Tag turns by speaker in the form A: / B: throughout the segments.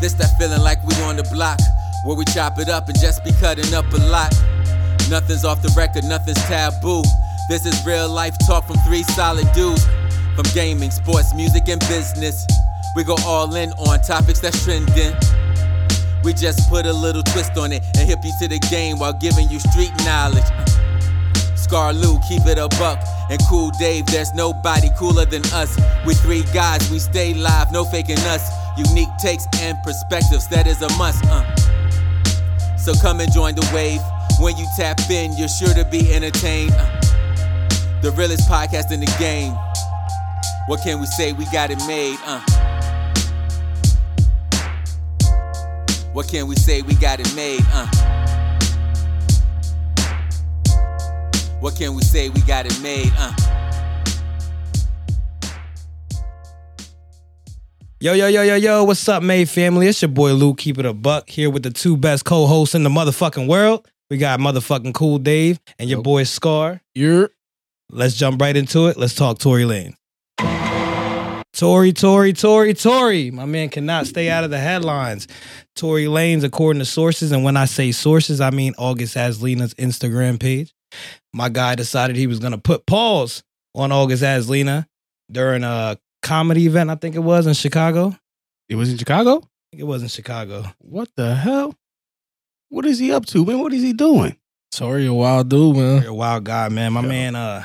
A: This that feeling like we on the block, where we chop it up and just be cutting up a lot. Nothing's off the record, nothing's taboo. This is real life talk from three solid dudes. From gaming, sports, music, and business. We go all in on topics that's trending. We just put a little twist on it and hip you to the game while giving you street knowledge. Scar Lou, keep it a buck. And Cool Dave, there's nobody cooler than us. We three guys, we stay live, no faking us. Unique takes and perspectives, that is a must. Uh. So come and join the wave. When you tap in, you're sure to be entertained. Uh. The realest podcast in the game. What can we say? We got it made. Uh. What can we say? We got it made. Uh. What can we say? We got it made. Uh.
B: Yo, yo, yo, yo, yo, what's up, May family? It's your boy Lou, keep it a buck, here with the two best co hosts in the motherfucking world. We got motherfucking Cool Dave and your boy Scar.
C: You're
B: Let's jump right into it. Let's talk Tory Lane. Tory, Tory, Tory, Tory. My man cannot stay out of the headlines. Tory Lane's, according to sources, and when I say sources, I mean August Aslina's Instagram page. My guy decided he was going to put pause on August Aslina during a comedy event, I think it was in Chicago. I
C: it was in Chicago?
B: think it was in Chicago.
C: What the hell? What is he up to, man? What is he doing?
D: Sorry, a wild dude, man.
B: You're a wild guy, man. My
C: Yeah.
B: man, uh,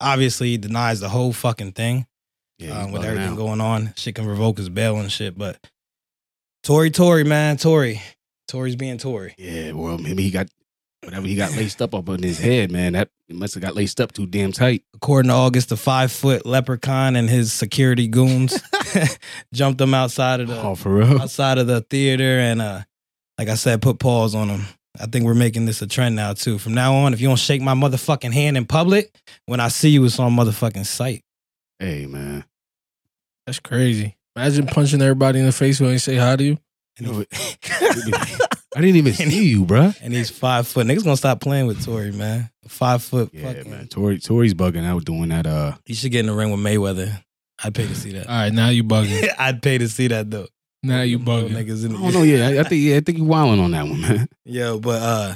B: obviously he denies the whole fucking thing.
C: he's
B: um, with
C: bugging
B: everything
C: out.
B: going on. Shit can revoke his bail and shit. But Tory, Tory, man, Tory, Tory's being Tory.
C: Yeah, well, maybe he got whatever he got laced up up on his head, man. That it must have got laced up too damn tight.
B: According to August, the five foot leprechaun and his security goons jumped him outside of the
D: uh,
C: Oh, for real?
B: outside of the theater and uh, like I said, put paws on him. I think we're making this a trend now too. From now on, if you don't shake my motherfucking hand in public, when I see you, it's on motherfucking sight.
C: Hey, man.
D: That's crazy. Imagine punching everybody in the face who ain't say hi to you.
B: And he-
C: Yo, I didn't even see you, bruh.
B: And he's five foot. Niggas gonna stop playing with Tory, man. Five foot.
C: Yeah,
B: fucking-
C: man. Tory, Tory's bugging out doing that. Uh,
B: He should get in the ring with Mayweather. I'd pay to see that.
D: All right, now you bugging.
B: I'd pay to see that though.
D: now you
B: Little
D: bugging.
B: Niggas
C: I
B: in the,
C: don't know. Yeah, I, I think yeah, I think you wilding on that one, man.
B: Yo, but uh,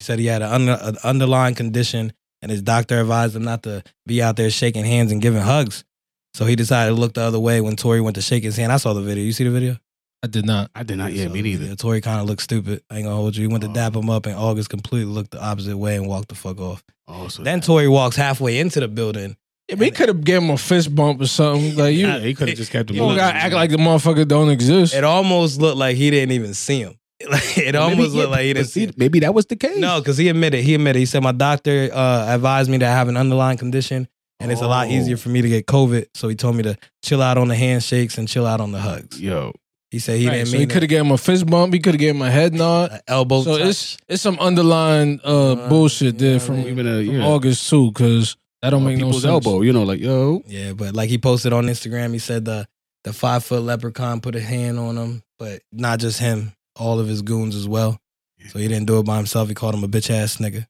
B: he said he had an, under, an underlying condition, and his doctor advised him not to be out there shaking hands and giving hugs. So he decided to look the other way when Tory went to shake his hand. I saw the video. You see the video?
D: I did not.
C: I did not. Yeah,
B: Saw
C: me
B: the
C: neither.
B: video. Tory kind of looked stupid. I ain't gonna hold you. He went to
C: Oh.
B: dap him up, and August completely looked the opposite way and walked the fuck off.
C: Oh, so
B: Then Tory walks halfway into the building.
D: Yeah, but he could have gave him a fist bump or something. Like you,
C: yeah, he could have just kept him.
D: you don't
C: moving,
D: gotta act
C: man.
D: like the motherfucker don't exist.
B: It almost looked like he didn't even see him. Like, it almost
C: Maybe-
B: looked
C: yeah,
B: like he
C: but
B: didn't
C: see,
B: see him.
C: Maybe that was the case.
B: No, because he admitted. He admitted. He said, My doctor uh, advised me to have an underlying condition, and it's a lot
C: Oh.
B: easier for me to get COVID. So he told me to chill out on the handshakes and chill out on the hugs.
C: Yo,
B: He said he
D: Right,
B: didn't
D: so he
B: mean
D: could have gave him a fist bump. He could have gave him a head nod.
B: an elbow
D: So
B: touch.
D: it's it's some underlying uh,
B: Uh,
D: bullshit
B: yeah,
D: there from,
B: yeah.
C: even a
D: from
C: yeah,
D: August too, because that don't
C: on
D: make no
C: people's
D: sense.
C: elbow. You know, like yo,
B: yeah, but like he posted on Instagram, he said the the five foot leprechaun put a hand on him, but not just him, all of his goons as well. So he didn't do it by himself. He called him a bitch ass nigga.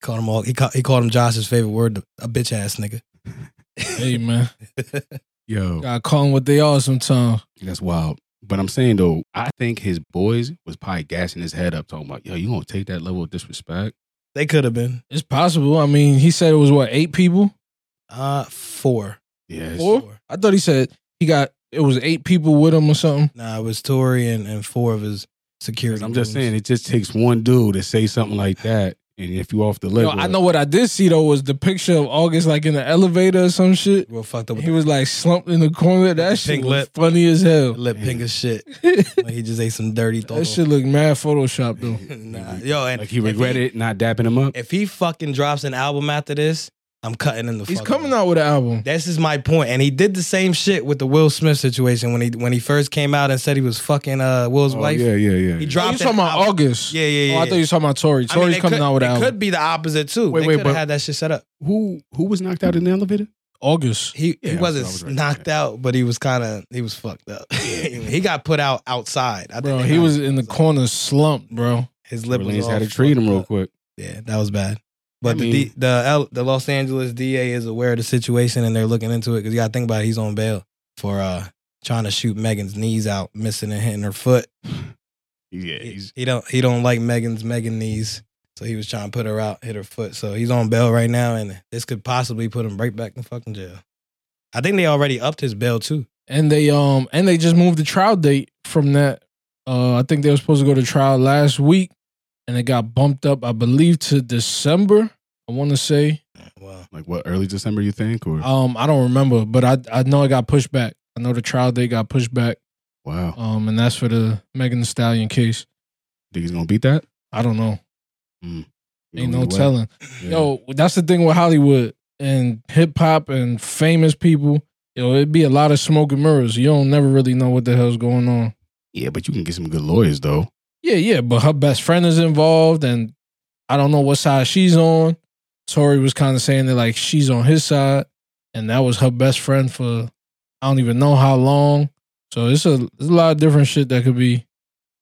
B: Called him all. He, ca- he called him Josh's favorite word, a bitch ass nigga.
D: Hey man,
C: yo,
D: gotta call them what they are sometimes.
C: that's wild. But I'm saying though, I think his boys was probably gassing his head up, talking about yo, you gonna take that level of disrespect?
B: They could have been
D: It's possible. I mean, he said it was what eight people.
B: uh four.
C: Yes.
D: Four? I thought he said he got it was eight people with him or something.
B: Nah, it was Tory and, and four of his security.
C: I'm just
B: goons.
C: saying, it just takes one dude to say something like that, and if you off the
D: Yo,
C: level,
D: I know what I did see though was the picture of August like in the elevator or some shit.
B: real fucked up with
D: He was like slumped in the corner. That shit
B: Pink
D: was
B: lip.
D: funny as
B: the
D: hell.
B: lip pink as shit.
D: that
B: Like he just ate some dirty thoughts.
D: shit look mad Photoshop though.
B: nah, yo, and
C: like he regretted not dapping him up.
B: If he fucking drops an album after this, I'm cutting him the.
D: He's
B: fuck
D: coming
B: off.
D: out with an album.
B: This is my point, and he did the same shit with the Will Smith situation when he when he first came out and said he was fucking uh Will's
C: Oh,
B: wife.
C: yeah, yeah, yeah.
B: He
D: You
B: dropped. an
D: talking about
B: album.
D: August?
B: Yeah, yeah, yeah.
D: Oh, I thought you
B: yeah.
D: was talking about Tory.
B: I mean,
D: Tory's
B: it
D: coming
B: could,
D: out with an
B: It
D: album.
B: could be the opposite too.
D: Wait,
B: They
D: wait,
B: coulda
D: but-
B: had that shit set up.
C: who who was knocked out in the elevator?
D: August.
B: He
C: Yeah, I
B: he
C: was-
B: wasn't
C: I was right.
B: knocked out, but he was kind of he was fucked up. he got put out outside. I think
D: Bro,
B: they
D: he
B: knocked
D: was
B: him
D: in the
B: outside.
D: corner slumped, bro.
B: His lip was
C: Orleans
B: all
C: had to treat him
B: fucked
C: real
B: up.
C: quick.
B: Yeah, that was bad. But
C: I
B: the
C: mean-
B: D, the L, the Los Angeles DA is aware of the situation and they're looking into it because you got to think about it, he's on bail for uh trying to shoot Megan's knees out, missing and hitting her foot.
C: Yeah,
B: He,
C: he's
B: he don't he don't like Megan's Megan knees, so he was trying to put her out, hit her foot. So he's on bail right now, and this could possibly put him right back in fucking jail. I think they already upped his bail too.
D: and they um and they just moved the trial date from that. Uh, I think they were supposed to go to trial last week, and it got bumped up, I believe, to December. I want to say.
B: Well,
C: like what early December you think or
B: Uh,
D: Um, I don't remember, but I I know it got pushed back. I know the trial date got pushed back.
C: wow?
D: Um, and that's for the Megan Thee Stallion case.
C: think he's gonna beat that?
D: I don't know.
C: You
D: Ain't
C: know,
D: no
C: either way.
D: telling.
C: Yeah.
D: Yo, that's the thing with Hollywood and hip hop and famous people. Yo, it'd be a lot of smoke and mirrors. You don't never really know what the hell's going on.
C: yeah, but you can get some good lawyers though.
D: Yeah, yeah, but her best friend is involved, and I don't know what side she's on. Tori was kind of saying that like she's on his side, and that was her best friend for I don't even know how long. So it's a there's a lot of different shit that could be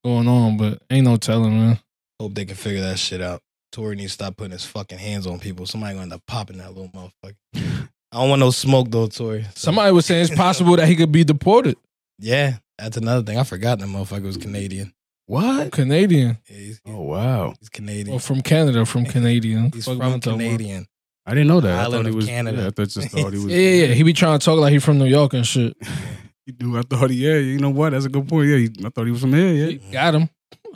D: going on, but ain't no telling, man.
B: hope they can figure that shit out. Tory needs to stop putting his fucking hands on people. Somebody gonna end up popping that little motherfucker. I don't want no smoke though, Tory. So-
D: Somebody was saying it's possible that he could be deported.
B: Yeah, that's another thing. I forgot that motherfucker was Canadian.
C: What?
D: Canadian.
B: Yeah, he's,
C: Oh wow!
B: he's Canadian.
D: Well, from Canada, from Canadian.
B: he's
D: Fuck am I
B: from
D: talking about?
B: Canadian.
C: I didn't know
B: Island
C: that. I thought he
B: of
C: was
B: Canada.
C: Yeah, I thought just thought he was.
D: Yeah, yeah, yeah. He be trying to talk like he from New York and shit.
C: He do. I thought he. Yeah, you know what? That's a good point. Yeah, he, I thought he was from here. Yeah.
D: Got him.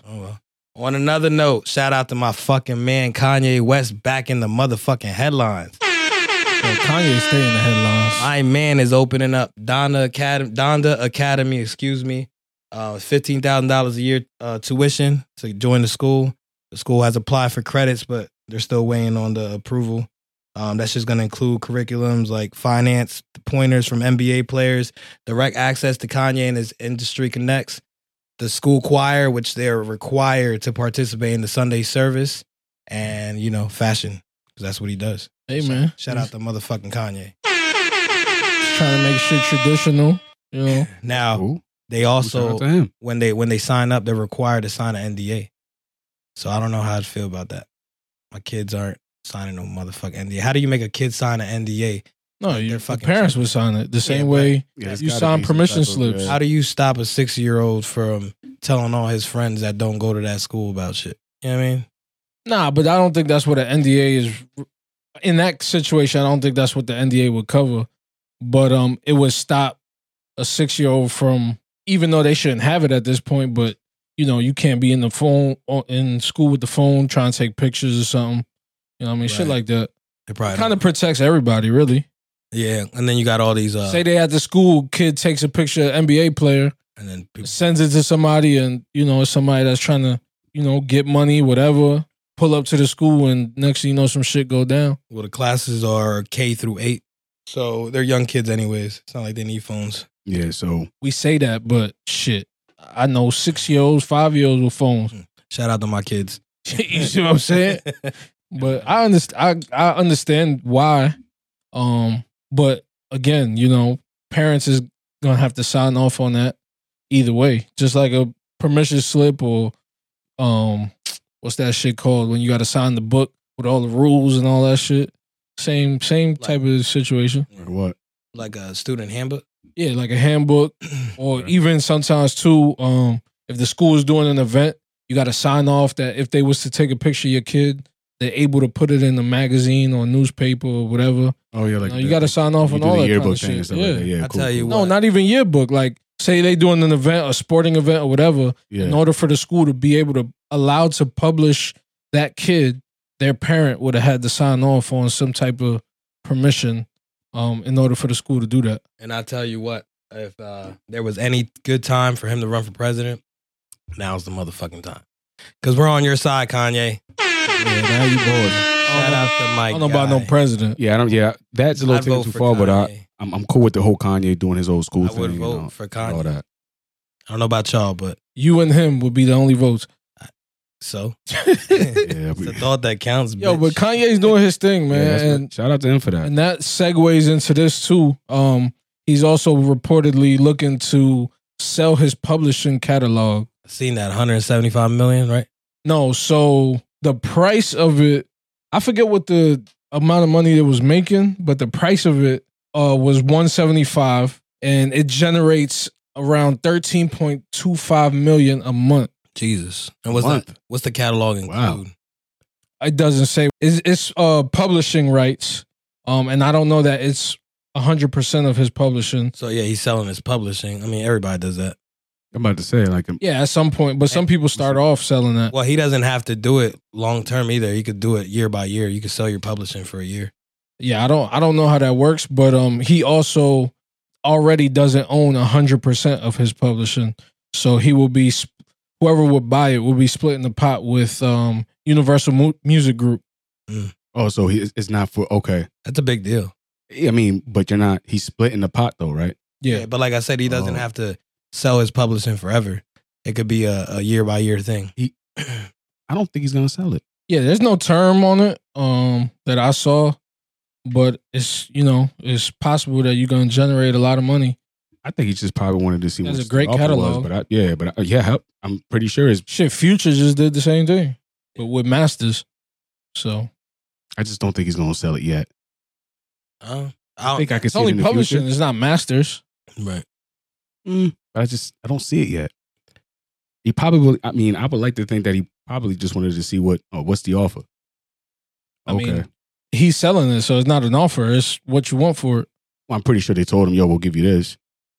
B: Oh well. On another note, shout out to my fucking man Kanye West back in the motherfucking headlines.
D: Yo, Kanye stay in the headlines.
B: My man is opening up Donna Academy, Donda Academy, excuse me. Uh, fifteen thousand dollars a year uh, tuition to join the school. The school has applied for credits, but they're still waiting on the approval. Um, that's just going to include curriculums like finance, pointers from NBA players, direct access to Kanye and his industry connects, the school choir, which they're required to participate in the Sunday service, and you know, fashion, 'cause that's what he does.
D: Hey man,
B: Shout out to motherfucking Kanye.
D: Just trying to make shit traditional. You know,
B: Now,
C: Cool.
B: they
C: Shout out
B: also
C: to him.
B: when they when they sign up, they're required to sign an NDA. So I don't know how I feel about that. My kids aren't signing no motherfucking NDA. How do you make a kid sign an NDA?
D: no,
B: They're
D: your the
B: fucking
D: parents would sign it the same
B: but-
D: way.
C: Yeah, it's
D: You
C: gotta
D: signed
C: be some
D: permission
C: type of,
D: slips.
C: yeah.
B: How do you stop a six year old from telling all his friends that don't go to that school about shit? You know what I mean?
D: Nah, but I don't think that's what an NDA is. In that situation, I don't think that's what the NDA would cover. But um, it would stop a six year old from, even though they shouldn't have it at this point. But you know, you can't be in the phone or in school with the phone trying to take pictures or something. You know, what I mean, shit
B: Right.
D: like that.
B: They probably
D: Kind
B: kind
D: of protects everybody, really.
B: yeah. And then you got all these uh,
D: Say they at the school, kid takes a picture of NBA player,
B: and then people
D: sends it to somebody, and you know it's somebody that's trying to you know get money, whatever. Pull up to the school, and next thing you know, some shit go down.
B: well the classes are K through eight, so they're young kids anyways. It's not like they need phones.
C: Yeah. So
D: We say that, but shit, I know six year olds, five year olds with phones.
B: Shout out to my kids.
D: you see what I'm saying? But I understand. I I understand why. Um, but again, you know, parents is gonna have to sign off on that either way, just like a permission slip or um, what's that shit called when you got to sign the book with all the rules and all that shit. Same same type of situation.
C: or what?
B: like a student handbook.
D: Yeah, like a handbook, or
C: Right.
D: even sometimes too. Um, if the school is doing an event, you got to sign off that if they was to take a picture of your kid, they're able to put it in a magazine or newspaper or whatever.
C: Oh yeah,
D: You
C: like
D: know, you
C: the-
D: got to sign off
C: you
D: on
C: do
D: all
C: the
D: that kind
C: yearbook
D: of
C: thing and
D: shit.
C: stuff
D: Yeah.
C: like that. Yeah,
B: I
C: cool,
B: tell you
C: cool.
B: what.
D: No, not even yearbook. Like, say they doing an event, a sporting event or whatever. In
C: Yeah,
D: order for the school to be able to allowed to publish that kid, their parent would have had to sign off on some type of permission, um, in order for the school to do that.
B: And I tell you what, if uh, there was any good time for him to run for president, now's the motherfucking time. Cause we're on your side, Kanye.
C: yeah. Now you bored.
B: Shout out to Mike.
D: I don't know about no president.
C: Yeah, I don't. Yeah, that's a little taken too far, but I, I'm, I'm cool with the whole Kanye doing his old school
B: I
C: thing.
B: would
C: you
B: vote
C: know,
B: for
C: and
B: Kanye.
C: All that.
B: I don't know about y'all, but
D: You and him would be the only votes.
B: so
D: Yo,
C: Yeah,
B: it's
C: we-
B: a thought that counts. Bitch.
D: but Kanye's doing his thing,
C: yeah,
D: man.
C: that's what-
D: and,
C: shout out to him for that.
D: and that segues into this too. Um, he's also reportedly looking to sell his publishing catalog.
B: I've seen that 175 million, right?
D: No, so the price of it, I forget what the amount of money it was making, but the price of it uh was 175 and it generates around 13.25 million a month.
B: Jesus. And what's
C: Month.
B: that? What's the catalog include?
C: Wow.
D: It doesn't say it's, it's uh publishing rights. Um and I don't know that it's 100% of his publishing.
B: So yeah, he's selling his publishing. I mean, everybody does that.
C: I'm about to say like um,
D: Yeah, at some point, but some people start off selling that.
B: Well, he doesn't have to do it long term either. He could do it year by year. You could sell your publishing for a year.
D: Yeah, I don't I don't know how that works, but um he also already doesn't own 100% of his publishing. So he will be sp- whoever would buy it will be splitting the pot with um Universal Mu- Music Group.
C: oh, so he, it's- it's not for okay.
B: That's a big deal.
C: I mean, but you're not. He's splitting the pot though, right?
D: Yeah.
B: but like I said, he doesn't
C: Oh.
B: have to sell his publishing forever. It could be a, a year by year thing.
C: I don't think he's gonna sell it.
D: Yeah, there's no term on it um that I saw, but it's you know, it's possible that you're going to generate a lot of money.
C: I think he just probably wanted to see.
D: That's
C: what
D: a
C: the
D: great
C: offer
D: catalog.
C: but I, yeah, but I, yeah, I'm pretty sure it's.
D: Shit, Future just did the same thing, but with masters. So,
C: I just don't think he's gonna sell it yet.
B: Huh?
C: I think I can
D: it's
C: see it
D: only
C: in the
D: publishing,
C: future.
D: it's not masters.
B: Right.
C: Mm, but I just I don't see it yet. He probably. will- I mean, I would like to think that he probably just wanted to see what. Oh, what's the offer?
D: I mean, He's selling it, so it's not an offer, it's what you want for it.
C: Well, I'm pretty sure they told him, "Yo, we'll give you this.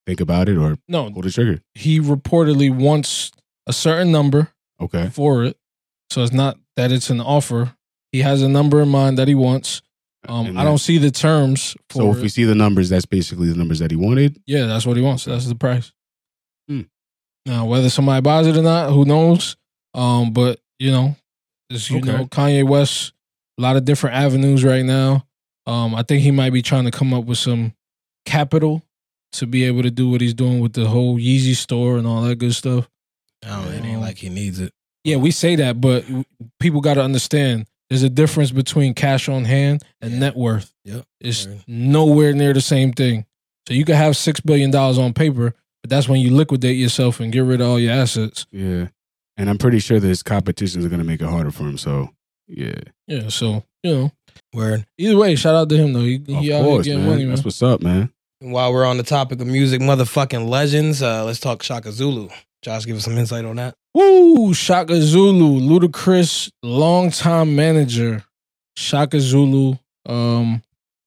C: Think about it, or
D: No,
C: pull the trigger."
D: he reportedly wants a certain number
C: Okay.
D: for it. So it's not that it's an offer. He has a number in mind that he wants. Um,
C: And
D: I
C: then-
D: don't see the terms for
C: So if
D: it.
C: we see the numbers, that's basically the numbers that he wanted.
D: Yeah, that's what he wants. That's the price.
C: Hmm.
D: Now, whether somebody buys it or not, who knows? Um, but you know, as you
C: Okay.
D: know, Kanye West, a lot of different avenues right now. Um, I think he might be trying to come up with some capital to be able to do what he's doing with the whole Yeezy store and all that good stuff.
B: I don't, it ain't like he needs it.
D: Yeah, we say that, but people got to understand there's a difference between cash on hand and
B: Yeah.
D: net worth.
B: Yep.
D: It's
B: Word.
D: nowhere near the same thing. So you could have six billion dollars on paper, but that's when you liquidate yourself and get rid of all your assets.
C: Yeah. And I'm pretty sure that his competitions are going to make it harder for him. So yeah,
D: Yeah. So you know,
B: Word.
D: either way, shout out to him though. He, he
C: of
D: out here
C: course,
D: getting
C: man.
D: money, man.
C: That's what's up, man.
B: And while we're on the topic of music, motherfucking legends, uh, let's talk Shaka Zulu. Josh, give us some insight on that.
D: Woo! Shaka Zulu, Ludacris, longtime manager. Shaka Zulu um,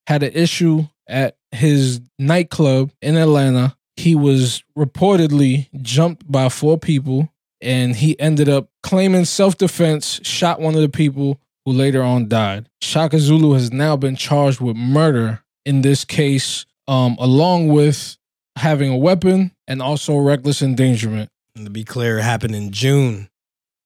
D: had an issue at his nightclub in Atlanta. He was reportedly jumped by four people, and he ended up claiming self defense, shot one of the people who later on died. Shaka Zulu has now been charged with murder in this case, um, along with having a weapon and also reckless endangerment.
B: And to be clear, it happened in June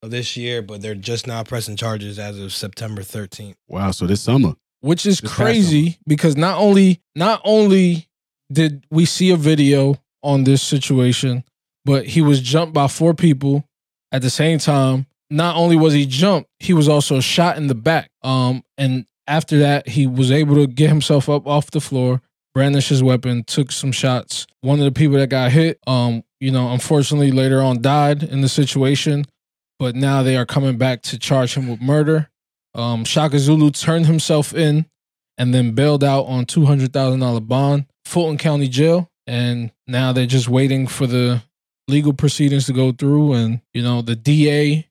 B: of this year, but they're just now pressing charges as of September 13th.
C: Wow. So this summer,
D: which is
C: Just pass
D: crazy because not only not only did we see a video on this situation, but he was jumped by four people at the same time. Not only was he jumped, he was also shot in the back. Um, and after that, he was able to get himself up off the floor, brandish his weapon, took some shots. One of the people that got hit, um, you know, unfortunately later on died in the situation, but now they are coming back to charge him with murder. Um, Shaka Zulu turned himself in and then bailed out on $200,000 bond, Fulton County Jail. And now they're just waiting for the legal proceedings to go through. And, you know, the DA,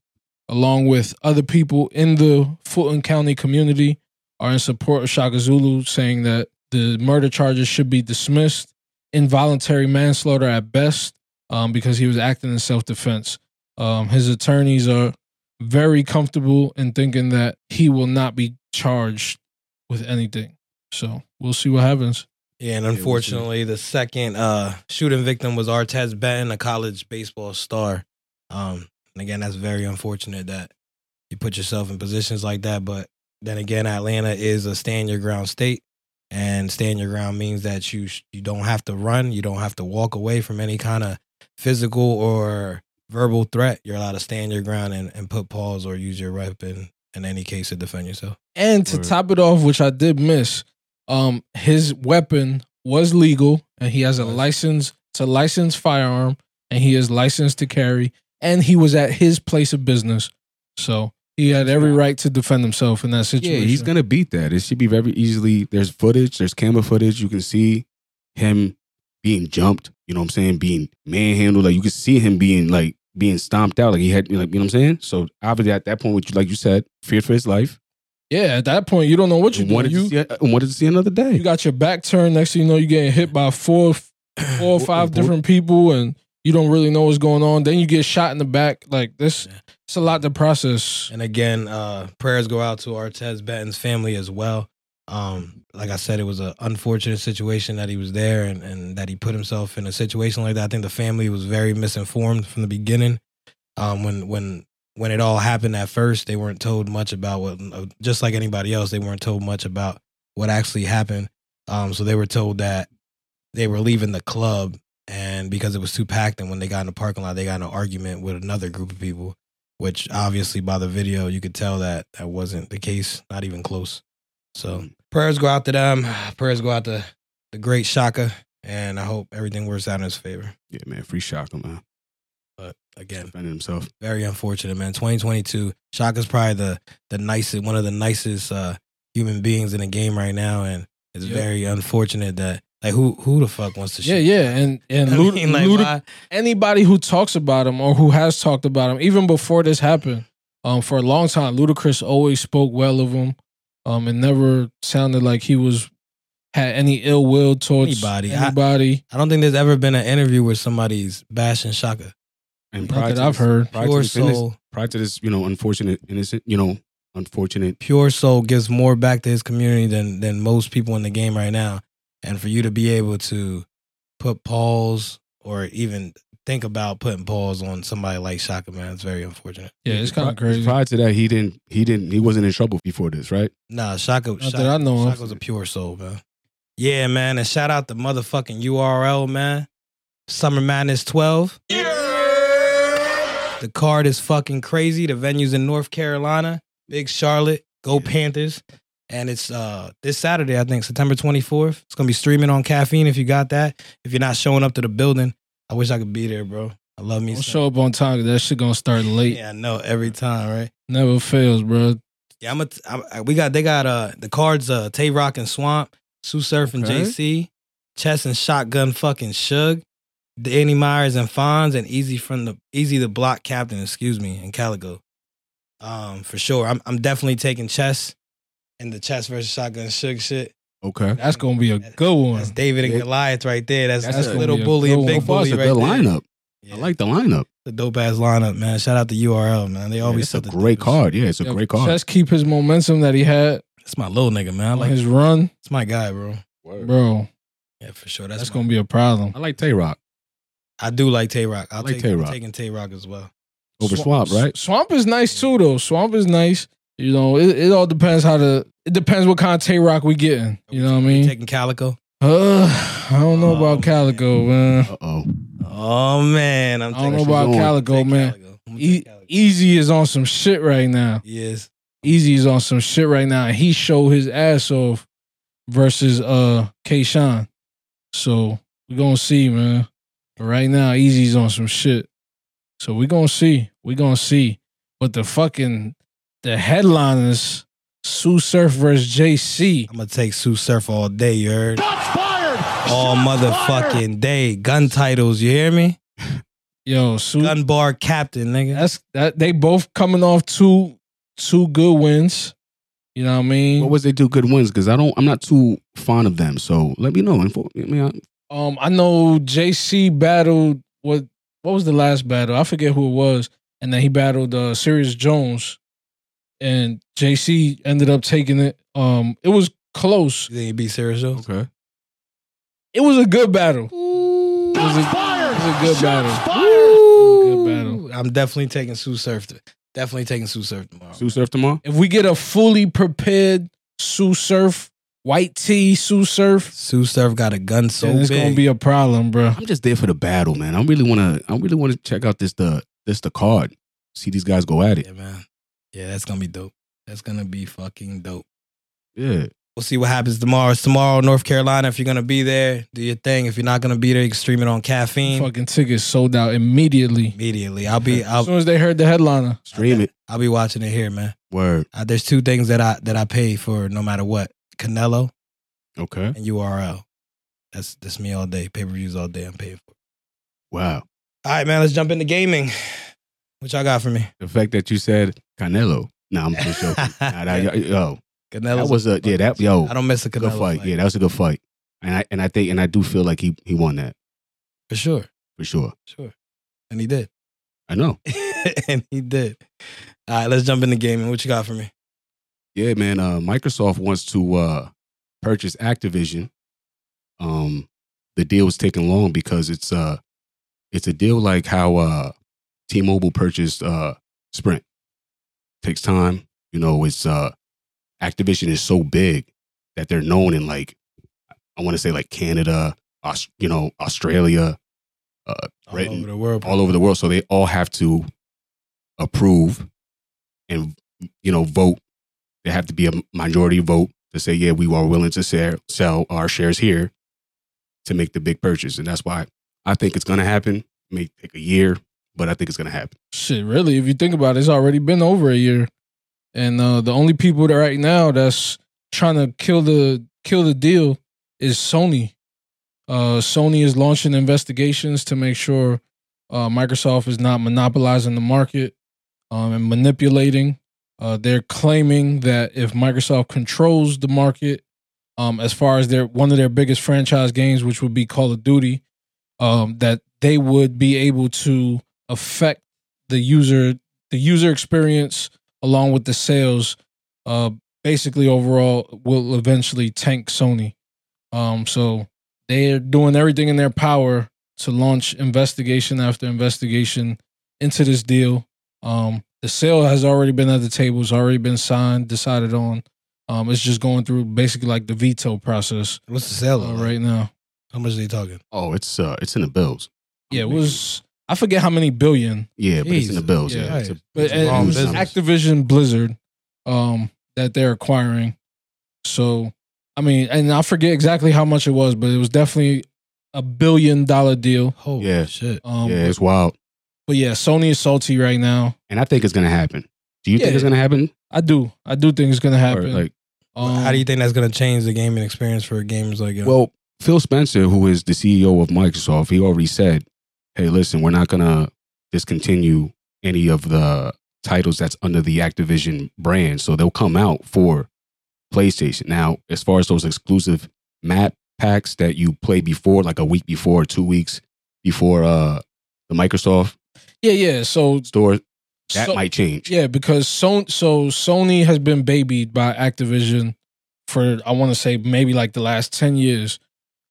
D: along with other people in the Fulton County community, are in support of Shaka Zulu, saying that the murder charges should be dismissed, involuntary manslaughter at best, um, because he was acting in self defense. Um, his attorneys are very comfortable in thinking that he will not be charged with anything. So we'll see what happens.
B: Yeah, and
C: we'll see.
B: unfortunately, the second uh, shooting victim was Artez Benton, a college baseball star. Um, and again, that's very unfortunate that you put yourself in positions like that. But then again, Atlanta is a stand your ground state, and stand your ground means that you sh- you don't have to run, you don't have to walk away from any kind of physical or verbal threat. You're allowed to stand your ground and, and put pause or use your weapon in any case to defend yourself.
D: And to
C: Word.
D: top it off, which I did miss, um, his weapon was legal and he has a license to license firearm and he is licensed to carry and he was at his place of business. So he had every right to defend himself in that situation.
C: yeah, he's going to beat that. It should be very easily. There's footage, there's camera footage. You can see him being jumped, you know what I'm saying, being manhandled. Like you could see him being like being stomped out. Like he had like you know what I'm saying? So obviously at that point, which like you said, feared for his life.
D: Yeah, at that point, you don't know what you're doing.
C: wanted
D: You,
C: to see uh, wanted to see another
D: you
C: day.
D: got your back turned. Next thing you know, you're getting hit by four, four or five different people, and you don't really know what's going on. Then you get shot in the back. Like this, it's a lot to process.
B: And again, uh, prayers go out to Artez Benton's family as well. Um, like I said, it was an unfortunate situation that he was there and, and that he put himself in a situation like that. I think the family was very misinformed from the beginning. Um, when when when it all happened at first, they weren't told much about what. uh, Just like anybody else, they weren't told much about what actually happened. Um, so they were told that they were leaving the club, and because it was too packed, and when they got in the parking lot, they got in an argument with another group of people which obviously by the video you could tell that that wasn't the case, not even close. So
C: Mm.
B: prayers go out to them. Prayers go out to the great Shaka, and I hope everything works out in his favor.
C: Yeah, man, free shocker, man.
B: But again,
C: Defending himself.
B: very unfortunate, man. 2022, Shaka's probably the the nicest, one of the nicest uh, human beings in the game right now, and it's
D: Yeah.
B: very unfortunate that like who who the fuck wants to
D: Yeah,
B: shoot?
D: yeah, and and
B: I
D: Lud-
B: mean, like,
D: Ludic-
B: why?
D: anybody who talks about him or who has talked about him, even before this happened, um, for a long time, Ludacris always spoke well of him, um, and never sounded like he was had any ill will towards
B: Anybody.
D: anybody.
B: I- I don't think there's ever been an interview where somebody's bashing Shaka.
C: And
D: Not
C: prior
D: that
C: to
D: I've
C: this-
D: heard.
C: prior to
B: Pure
C: this innocent-
B: soul.
C: prior to this, you know, unfortunate innocent, you know, unfortunate
B: pure soul gives more back to his community than than most people in the game right now. And for you to be able to put pause or even think about putting pause on somebody like Shaka, man, it's very unfortunate.
D: yeah, it's kind of
C: Pri-
D: crazy.
C: Prior to that, he didn't. He didn't. He wasn't in trouble before this, right?
B: Nah, Shaka,
D: that
B: Shaka,
D: I know of.
B: Shaka's a pure soul, man. Yeah, man, and shout out the motherfucking URL, man. Summer Madness 12. The card is fucking crazy. The venue's in North Carolina, Big Charlotte. Go Panthers. And it's uh this Saturday, I think, September 24th. It's gonna be streaming on caffeine if you got that. If you're not showing up to the building, I wish I could be there, bro. I love me.
D: Don't
B: some-
D: show up on time. 'cause That shit gonna start late.
B: Yeah, I know every time, right?
D: Never fails, bro.
B: Yeah, I'm a. T- I'm, I- we got they got uh the cards uh Tay Rock and Swamp, Sue Surf and
D: Okay.
B: JC, Chess and Shotgun fucking Shug, Danny Myers and Fonz, and Easy from the Easy the Block Captain, excuse me, and Caligo. Um, for sure, I'm I'm definitely taking Chess and the Chess versus Shotgun Shug shit.
C: Okay.
D: That's gonna be a good one.
B: That's David and
C: They-
B: Goliath right there. That's
C: That's
B: that's,
C: gonna
B: little
D: be a
B: bully
D: good
B: and
D: one.
B: big
D: So
C: far,
B: bully
C: it's a
B: right
C: good
B: there.
C: lineup.
B: Yeah.
C: I like the lineup.
B: the dope ass lineup, man. Shout out to URL, man. They always
C: Always a
B: set the
C: great card. Yeah, it's a
D: Yeah,
C: great card.
D: Just keep his momentum that he had
B: That's my little nigga, man. I
D: on
B: like
D: his run,
B: it's my guy, bro.
D: bro.
B: Yeah, for sure.
D: That's
B: That's, gonna.
D: gonna be a problem.
C: I like Tay Rock
B: I do like Tay Rock. I'll
C: I like
B: take
C: Tay
B: I'm
C: Rock.
B: taking Tay Rock as well.
C: over
D: Swa-
C: Swamp, right?
D: Swamp is nice too, though. Swamp is nice. You know, it, it all depends how the. It depends what kind of Tay Rock we getting. You know what
B: You
D: I mean?
B: taking Calico.
D: Uh, I don't know
B: Oh,
D: about Calico, man.
C: Uh oh.
B: Oh man, I'm
D: I don't
B: taking
D: know
C: she
D: about
C: going?
D: Calico,
B: take
D: man.
B: Calico. I'm gonna
D: E-
B: take Calico.
D: Easy is on some shit right now.
B: yes.
D: Easy is on some shit right now. He showed his ass off versus uh K. Sean. So we gonna see, man. But right now, Easy's on some shit. So we gonna see. We gonna see. But the fucking the headliners, Sue Surf versus JC.
B: I'm gonna take Sue Surf all day, you heard? All motherfucking day. Gun titles, you hear me?
D: Yo, Sue
B: Gun bar captain, nigga.
D: that's that they both coming off two two good wins. You know what I mean?
C: What was they do good wins? Because I don't. I'm not too fond of them. So let me know. Info. I mean, I-
D: Um, I know JC battled what what was the last battle? I forget who it was, and then he battled uh Sirius Jones, and JC ended up taking it. Um, it was close.
B: You think you beat Sarah Jones?
C: okay.
D: It was a good battle. It was a, it was a good battle. It was a good battle.
B: Ooh, I'm definitely taking Sue Surf. to- definitely taking Sue Surf tomorrow.
C: Sue Surf tomorrow.
D: If we get a fully prepared Sue Surf white tee Sue Surf,
B: Sue Surf got a gun so
D: then it's
B: big.
D: gonna be a problem, bro.
C: I'm just there for the battle, man. I really wanna. I really wanna check out this the this the card. See these guys go at it.
B: yeah, man. Yeah, that's gonna be dope. That's gonna be fucking dope.
C: Yeah.
B: We'll see what happens tomorrow. It's tomorrow, North Carolina. If you're gonna be there, do your thing. If you're not gonna be there, you can stream it on caffeine
D: Fucking tickets sold out immediately.
B: immediately. I'll be
D: As
B: I'll,
D: soon as they heard the headliner,
C: Stream it.
B: I'll be watching it here, man.
C: Word.
B: Uh, there's two things that I that I pay for no matter what: Canelo
C: Okay.
B: and URL. That's that's me all day. Pay per views all day. I'm paying for.
C: Wow.
B: It. All right, man. Let's jump into gaming. What y'all got for me?
C: The fact that you said Canelo. Nah, I'm just joking. nah, nah, yo, yo,
B: Canelo.
C: that was a yeah. That yo,
B: I don't miss a Canelo
C: good fight. Yeah, that was a good fight. And I and I think and I do feel like he he won that
B: for sure.
C: for sure.
B: Sure. And he did.
C: I know.
B: and he did. All right, let's jump into gaming. What you got for me?
C: Yeah, man. Uh, Microsoft wants to uh, purchase Activision. Um, the deal was taking long because it's uh, it's a deal like how uh, T-Mobile purchased uh, Sprint. Takes time, you know. It's uh, Activision is so big that they're known in like I want to say like Canada, Aus- you know, Australia, uh, Britain,
B: all over the world.
C: all over the world. So they all have to approve and you know vote. There have to be a majority vote to say, yeah, we are willing to sell, sell our shares here to make the big purchase. And that's why I think it's going to happen. It may take a year, but I think it's going to happen.
D: Shit, really? If you think about it, it's already been over a year, and uh, the only people that right now that's trying to kill the kill the deal is Sony. Uh, Sony is launching investigations to make sure uh, Microsoft is not monopolizing the market um, and manipulating. Uh, they're claiming that if Microsoft controls the market, um, as far as their one of their biggest franchise games, which would be Call of Duty, um, that they would be able to affect the user the user experience along with the sales uh basically overall will eventually tank sony um so they're doing everything in their power to launch investigation after investigation into this deal um the sale has already been at the table it's already been signed decided on um it's just going through basically like the veto process
B: What's the sale?
D: uh,
B: on?
D: right now
B: How much are they talking?
C: Oh, it's uh, it's in the bills.
D: yeah it was i forget how many billion
C: Yeah, but it's in the
B: Jesus
C: bills. Yeah,
B: Christ.
C: it's a-
D: But
C: it's a
D: and
B: wrong
D: it was
B: business.
D: Activision Blizzard um, that they're acquiring. So, I mean, and I forget exactly how much it was, but it was definitely a billion dollar deal.
B: Holy
C: Yeah.
B: shit.
D: Um,
C: yeah, it's wild,
D: But yeah, Sony is salty right now.
C: and I think it's going to happen. Do you
D: Yeah.
C: think it's going to happen?
D: I do. I do think it's going to
C: Or
D: happen.
C: like,
D: um,
B: How do you think that's gonna change the gaming experience for gamers like uh, us?
C: Well, Phil Spencer, who is the CEO of Microsoft, he already said, "Hey, listen, we're not gonna discontinue any of the titles that's under the Activision brand, so they'll come out for PlayStation." Now, as far as those exclusive map packs that you play before, like a week before, two weeks before uh, the Microsoft
D: Yeah, yeah. So,
C: store, that
D: so-
C: might change.
D: Yeah, because so so Sony has been babied by Activision for I want to say maybe like the last ten years.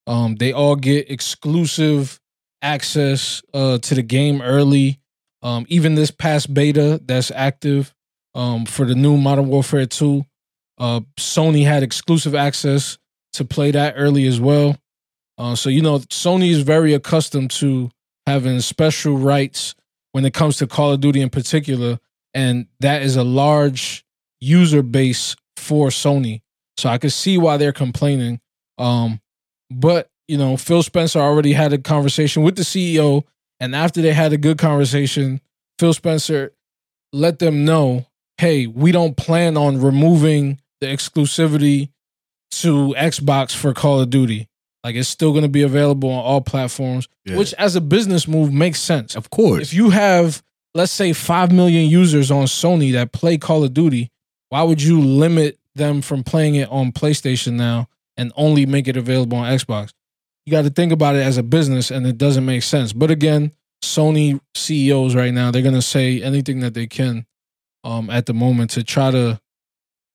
D: Um, they all get exclusive access uh, to the game early. Um, even this past beta that's active um, for the new Modern Warfare Two, uh, Sony had exclusive access to play that early as well. Uh, so you know Sony is very accustomed to having special rights when it comes to Call of Duty in particular and that is a large user base for Sony. So I could see why they're complaining. Um, but you know, Phil Spencer already had a conversation with the CEO, and after they had a good conversation, Phil Spencer let them know, "Hey, we don't plan on removing the exclusivity to Xbox for Call of Duty. Like it's still going to be available on all platforms,
C: Yeah.
D: which as a business move makes sense
C: of course,
D: if you have let's say 5 million users on sony that play call of duty why would you limit them from playing it on playstation now and only make it available on xbox you got to think about it as a business and it doesn't make sense but again sony ceos right now they're going to say anything that they can um, at the moment to try to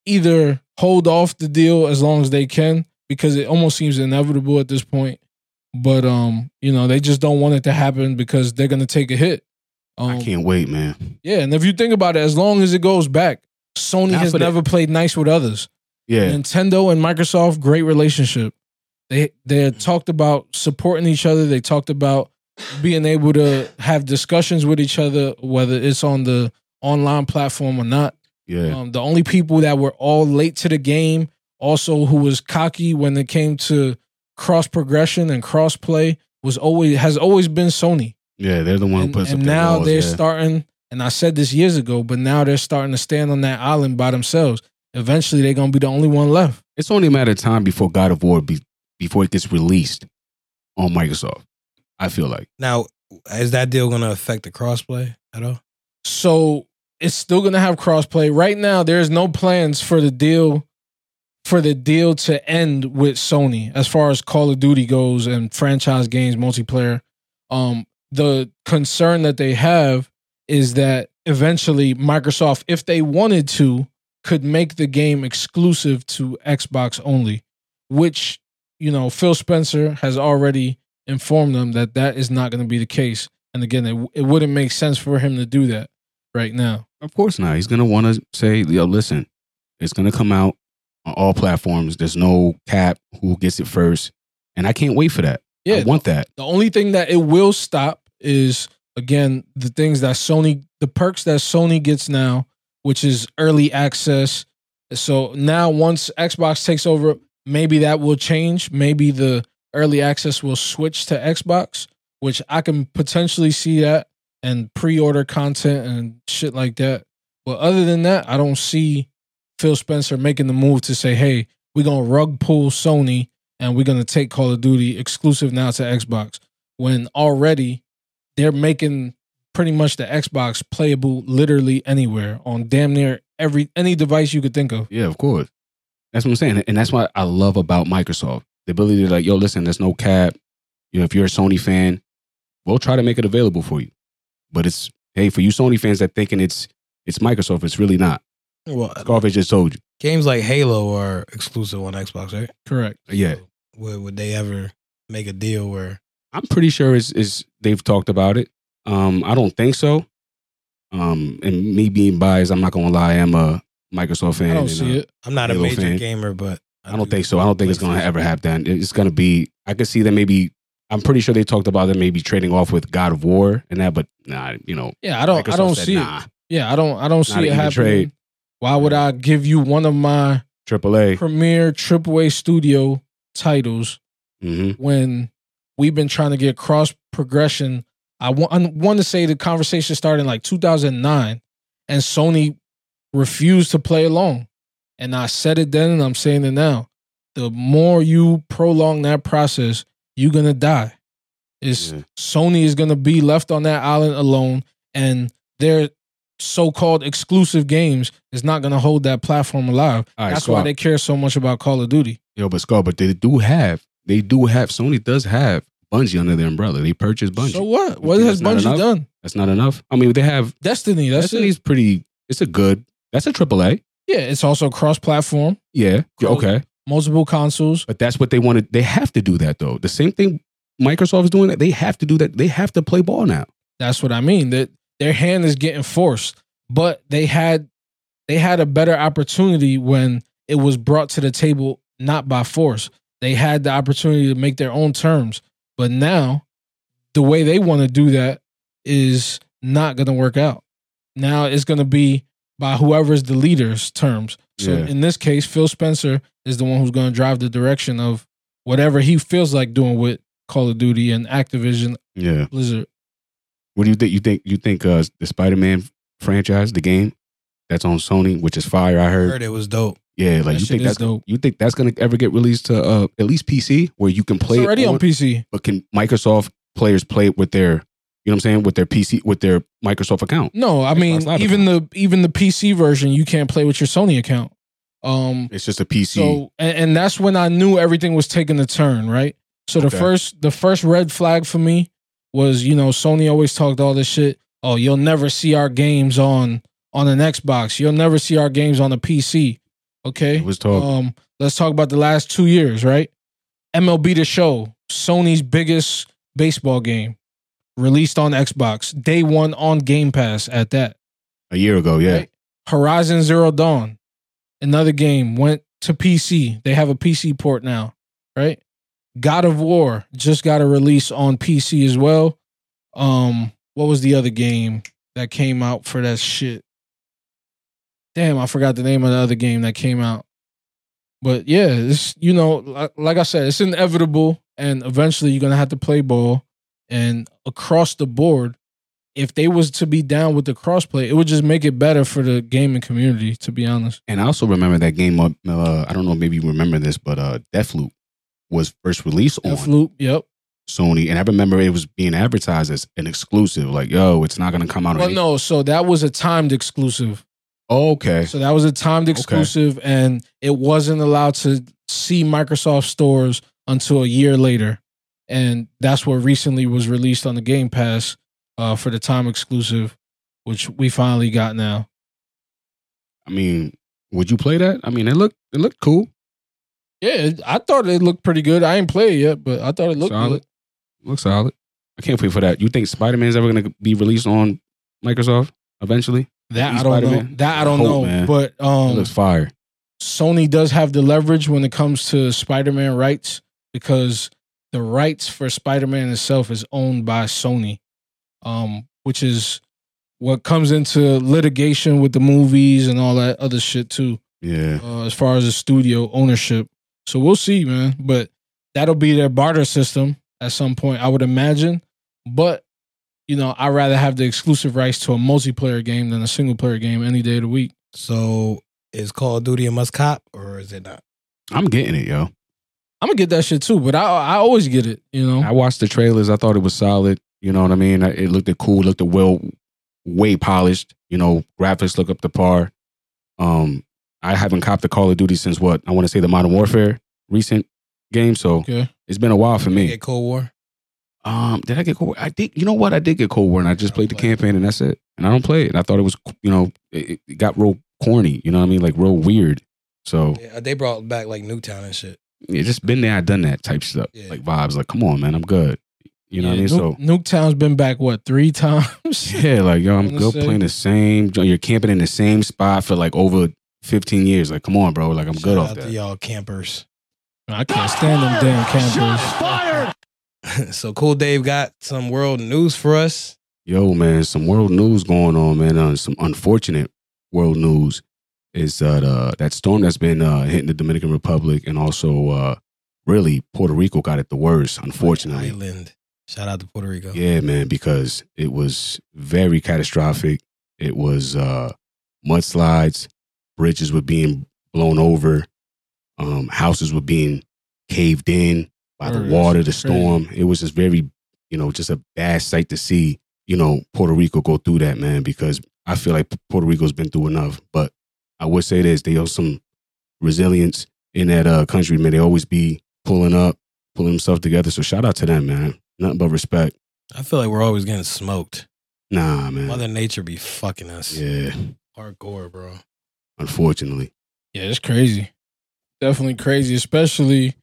D: either hold off the deal as long as they can because it almost seems inevitable at this point but um you know they just don't want it to happen because they're going to take a hit um,
C: I can't wait, man.
D: yeah, and if you think about it, as long as it goes back, Sony
C: Not
D: has
C: for the-
D: never played nice with others.
C: Yeah,
D: Nintendo and Microsoft, great relationship. They they had talked about supporting each other. They talked about being able to have discussions with each other, whether it's on the online platform or not.
C: yeah,
D: Um, the only people that were all late to the game, also who was cocky when it came to cross progression and cross play, was always has always been Sony
C: yeah. They're the one who
D: and,
C: puts
D: and
C: up
D: now
C: the walls,
D: they're
C: yeah.
D: starting and i said this years ago but now they're starting to stand on that island by themselves eventually they're going to be the only one left
C: It's only a matter of time before God of War be, before it gets released on Microsoft. I feel like
B: Now, is that deal going to affect the crossplay at all?
D: So it's still gonna have crossplay. Right now, there's no plans for the deal for the deal to end with Sony as far as Call of Duty goes and franchise games, multiplayer. Um, the concern that they have is that eventually Microsoft, if they wanted to, could make the game exclusive to Xbox only, which you know Phil Spencer has already informed them that that is not going to be the case. And again, it, it wouldn't make sense for him to do that right now.
C: Of course not. He's gonna want to say, "Yo, listen, it's gonna come out on all platforms. There's no cap who gets it first, and I can't wait for that.
D: Yeah,
C: I want that.
D: The only thing that it will stop is again the things that Sony, the perks that Sony gets now, which is early access. So now, once Xbox takes over, maybe that will change. Maybe the early access will switch to Xbox, which I can potentially see that and pre-order content and shit like that. But other than that, I don't see Phil Spencer making the move to say, "Hey, we're gonna rug pull Sony." and we're going to take Call of Duty exclusive now to Xbox when already they're making pretty much the Xbox playable literally anywhere on damn near every any device you could think of.
C: Yeah, of course. That's what I'm saying, and that's what I love about Microsoft: the ability to like, yo, listen, there's no cap. You know, if you're a Sony fan, we'll try to make it available for you. But it's hey, for you Sony fans that thinking it's it's Microsoft, it's really not.
B: Well,
C: Scarface just told you.
B: games like Halo are exclusive on Xbox, right?
D: Correct.
C: Yeah,
B: Would, would they ever make a deal where
C: I'm pretty sure it's, it's they've talked about it. Um, I don't think so. Um, and me being biased, I'm not gonna lie. I am a Microsoft fan.
D: I don't
C: and,
D: see
C: uh,
D: it.
B: I'm not a
C: Halo
B: major
C: fan.
B: gamer, but
C: I don't think so. I don't think it's gonna ever happen. It's gonna be. I could see that maybe. I'm pretty sure they talked about them maybe trading off with God of War and that, but nah, you know.
D: Yeah, I don't. I
C: Microsoft
D: don't
C: said,
D: see
C: nah,
D: it. Yeah, I don't. I
C: Not
D: don't see it
C: even a
D: happening.
C: trade.
D: Why would I give you one of my
C: AAA.
D: premier AAA studio titles
C: hmm
D: when we've been trying to get cross progression. I want, I want to say the conversation started in like 2009, and Sony refused to play along. And I said it then, and I'm saying it now. The more you prolong that process, you're gonna die. It's
C: Yeah.
D: Sony is gonna be left on that island alone, and their so-called exclusive games is not gonna hold that platform alive.
C: All right,
D: That's
C: so
D: why
C: I-
D: they care so much about Call of Duty.
C: Yo, but Scar, but they do have. They do have. Sony does have Bungie under their umbrella. They purchased Bungie.
D: So what?
C: You
D: What
C: think
D: has
C: that's not
D: Bungie
C: enough?
D: done?
C: that's not enough. I mean, they have.
D: Destiny. That's
C: Destiny's
D: it.
C: pretty. It's a good. That's a AAA.
D: Yeah, it's also cross-platform,
C: Yeah. yeah,
D: Cool.
C: Okay.
D: multiple consoles.
C: But that's what they wanted. They have to do that though. The same thing Microsoft is doing. That they have to do that. They have to play ball now.
D: That's what I mean. That their hand is getting forced, but they had they had a better opportunity when it was brought to the table not by force. They had the opportunity to make their own terms, but now the way they want to do that is not going to work out. Now it's going to be by whoever's the leader's terms. So
C: Yeah.
D: in this case, Phil Spencer is the one who's going to drive the direction of whatever he feels like doing with Call of Duty and Activision
C: Yeah.
D: Blizzard.
C: What do you think? You think you think uh, the Spider Man franchise, the game that's on Sony, which is fire. I
B: I
C: heard.
B: heard it was dope?
C: Yeah. Like
D: That
C: you
D: shit
C: think
D: is
C: that's
D: dope.
C: you think that's gonna ever get released to uh, at least PC where you can play
D: it's already
C: it
D: on,
C: on,
D: PC.
C: but can Microsoft players play it with their you know what I'm saying with their PC with their Microsoft account?
D: No, I
C: Xbox
D: mean
C: Live
D: even the even the PC version you can't play with your Sony account. Um,
C: It's just a PC.
D: So and, and that's when I knew everything was taking a turn, right? So the
C: Okay.
D: first the first red flag for me was, you know, Sony always talked all this shit. Oh, you'll never see our games on on an Xbox. You'll never see our games on a PC. Okay.
C: it was talk.
D: Um, let's talk about the last two years, right? MLB The Show, Sony's biggest baseball game, released on Xbox, day one on Game Pass at that.
C: a year ago. Yeah.
D: Right? Horizon Zero Dawn, another game, went to PC. They have a PC port now, right? God of War just got a release on PC as well. Um, what was the other game that came out for that shit? Damn, I forgot the name of the other game that came out. But yeah, it's you know, like, like I said, it's inevitable, and eventually you're gonna have to play ball. And across the board, if they was to be down with the crossplay, it would just make it better for the gaming community. To be honest,
C: And I also remember that game. Uh, uh, I don't know, maybe you remember this, but uh, Deathloop was first released on
D: Deathloop, yep,
C: Sony, and I remember it was being advertised as an exclusive. Like, yo, it's not going to come out. on
D: Well,
C: H-
D: no, so that was a timed exclusive.
C: okay,
D: So that was a timed exclusive, and it wasn't allowed to see Microsoft stores until a year later. And that's what recently was released on the Game Pass uh, for the time exclusive, which we finally got now.
C: I mean, would you play that? I mean, it looked it looked cool.
D: Yeah, it- I thought it looked pretty good. I ain't played it yet, but I thought it looked
C: Solid.
D: good.
C: Looks solid. I can't wait for that. You think Spider Man's ever going to be released on Microsoft eventually?
D: That
C: You
D: I don't know.
C: Spider-Man?
D: That I
C: I
D: don't
C: hope,
D: know.
C: man.
D: But
C: it
D: um,
C: looks fire.
D: Sony does have the leverage when it comes to Spider-Man rights because the rights for Spider-Man itself is owned by Sony, um, which is what comes into litigation with the movies and all that other shit too,
C: Yeah.
D: uh, as far as the studio ownership. So we'll see, man. But that'll be their barter system at some point, I would imagine. But you know, I'd rather have the exclusive rights to a multiplayer game than a single player game any day of the week.
B: So is Call of Duty a must cop or is it not?
C: I'm getting it, yo.
D: I'm gonna get that shit too, but I I always get it, you know.
C: I watched the trailers. I thought it was solid. You know what I mean? It looked cool. Looked well, way polished. You know, graphics look up to par. Um, I haven't copped the Call of Duty since what I want to say the Modern Warfare recent game. So
D: Okay.
C: it's been a while for me.
B: Yeah, Cold War.
C: Um, did I get Cold War? I think you know what I did get Cold War, and I just
B: I
C: played the
B: played it.
C: campaign, and that's it. And I don't play it. I thought it was, you know, it, it got real corny. You know what I mean? Like real weird. So
B: Yeah, they brought back like Newtown and shit.
C: yeah, just been there, I done that type stuff.
B: Yeah.
C: Like vibes. Like, come on, man, I'm good. You know what I mean? so
D: Nuketown's been back what three times?
C: Yeah, like yo, I'm
D: Wanna
C: good
D: say-
C: playing the same. jo- You're camping in the same spot for like over 15 years. Like, come on, bro. Like, I'm good
B: Shout
C: off
B: out to
C: that.
B: y'all campers.
D: I can't stand them damn campers.
B: so Cool Dave got some world news for us.
C: Yo, man, some world news going on, man. Uh, some unfortunate world news is that uh, that storm that's been uh, hitting the Dominican Republic and also uh, really Puerto Rico got it the worst, unfortunately.
B: Island. Shout out to Puerto Rico.
C: Yeah, man, because it was very catastrophic. It was uh, mudslides, bridges were being blown over, um, houses were being caved in by
D: Word,
C: the
D: that's
C: water, the
D: crazy.
C: storm. It was just very, you know, just a bad sight to see, you know, Puerto Rico go through that, man, because I feel like Puerto Rico's been through enough. But I would say this, they owe some resilience in that uh, country, man. They always be pulling up, pulling themselves together. So shout out to them, man. Nothing but respect.
B: I feel like we're always getting smoked.
C: Nah, man.
B: Mother Nature be fucking us.
C: yeah,
B: Hardcore, bro.
C: unfortunately.
D: Yeah, it's crazy. Definitely crazy, especially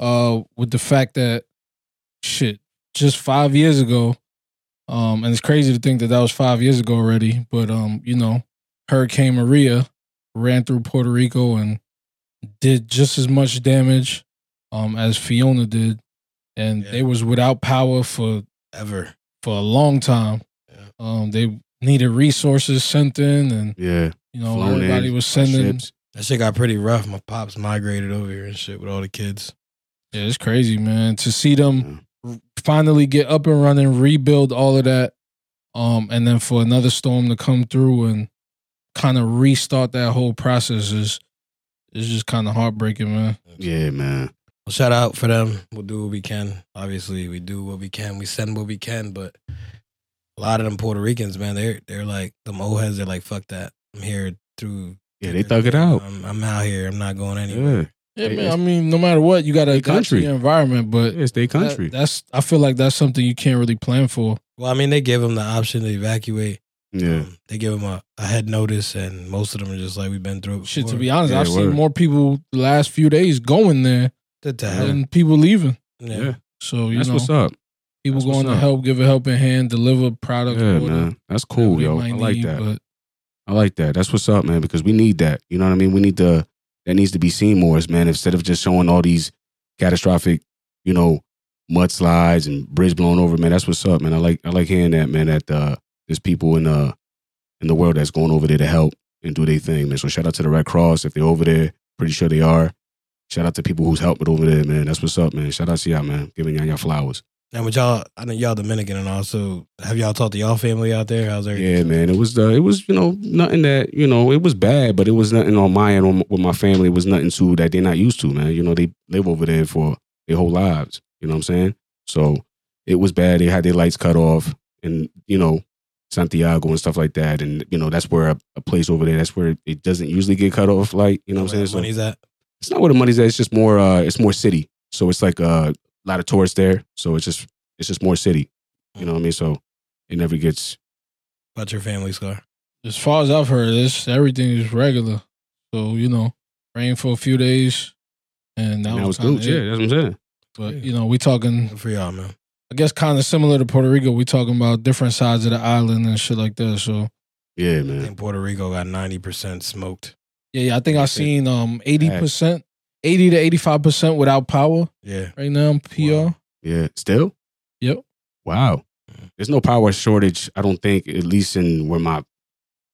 D: uh with the fact that shit just five years ago. Um, and it's crazy to think that that was five years ago already. But um, you know, Hurricane Maria ran through Puerto Rico and did just as much damage um as Fiona did, and
B: Yeah.
D: they was without power for
B: Ever.
D: for a long time.
B: Yeah.
D: Um, they needed resources sent in, and
C: Yeah.
D: you know
C: Flown in
D: everybody was sending.
C: Ships.
B: That shit got pretty rough. My pops migrated over here and shit with all the kids.
D: Yeah, it's crazy, man. To see them
C: Yeah.
D: finally get up and running, rebuild all of that, um, and then for another storm to come through and kind of restart that whole process is is just kind of heartbreaking, man.
C: Yeah, man.
B: Well, shout out for them. We'll do what we can. Obviously, we do what we can. We send what we can, but a lot of them Puerto Ricans, man, they're they're like the moheads. They're like, fuck that. I'm here through.
C: Yeah, they thug it out.
B: I'm, I'm out here. I'm not going anywhere.
C: Oh. Yeah.
D: Yeah,
C: It
D: man.
C: is.
D: I mean, no matter what, you got to
C: The
D: adapt to
C: country.
D: your environment, but
C: It's their
D: that-
C: country.
D: that's I feel like that's something you can't really plan for.
B: Well, I mean, they give them the option to evacuate.
C: yeah.
B: Um, they give them a, a head notice, and most of them are just like, we've been through it.
D: Shit, to
B: before."
D: be honest,
C: Yeah,
D: I've seen
C: word.
D: more people the last few days going there
B: Good to
D: than
B: have.
D: people leaving.
B: Yeah.
C: Yeah.
D: So you
C: That's
D: know,
C: what's up.
D: people
C: That's what's
D: going to
C: up.
D: help, give a helping hand, deliver products.
C: Yeah,
D: order,
C: man. That's cool,
D: whatever they
C: yo. I
D: might
C: like
D: need,
C: that.
D: But
C: I like that. That's what's up, man, because we need that. You know what I mean? We need the that needs to be seen more, is, man, instead of just showing all these catastrophic, you know, mudslides and bridge blown over, man. That's what's up, man. I like I like hearing that, man, that uh there's people in uh in the world that's going over there to help and do their thing, man. So shout out to the Red Cross if they're over there. Pretty sure they are. Shout out to people who's helping over there, man. That's what's up, man. Shout out to y'all, man. Giving y'all your flowers.
B: And with y'all, I know y'all Dominican and also, have y'all talked to y'all family out there? How's everything?
C: Yeah, man. It was the it was you know nothing that you know it was bad, but it was nothing on my end on, with my family. It was nothing too that they're not used to, man. You know they live over there for their whole lives. You know what I'm saying? So it was bad. They had their lights cut off, and you know Santiago and stuff like that. And you know that's where a, a place over there. That's where it doesn't usually get cut off light. You know what I'm saying? So
B: Money's at.
C: it's not where the money's at. It's just more. Uh, it's more city. So it's like uh, a lot of tourists there. So it's just it's just more city. You know what I mean? So it never gets.
B: About your family, Scar.
D: As far as I've heard, this everything is regular. So you know, rain for a few days, and that
C: and that was
D: kinda
C: good.
D: it.
C: Yeah, that's what I'm saying.
D: But you know, we talking.
B: Good for y'all, man.
D: I guess kind of similar to Puerto Rico. We talking about different sides of the island and shit like that. So
C: Yeah,
B: I
C: man.
B: think Puerto Rico got 90% smoked.
D: yeah, yeah I think I
C: Yeah.
D: seen um eighty percent, eighty to eighty five percent without power
B: Yeah.
D: right now. PR.
B: Wow.
C: Yeah, still.
D: Yep.
C: Wow. There's no power shortage, I don't think, at least in where my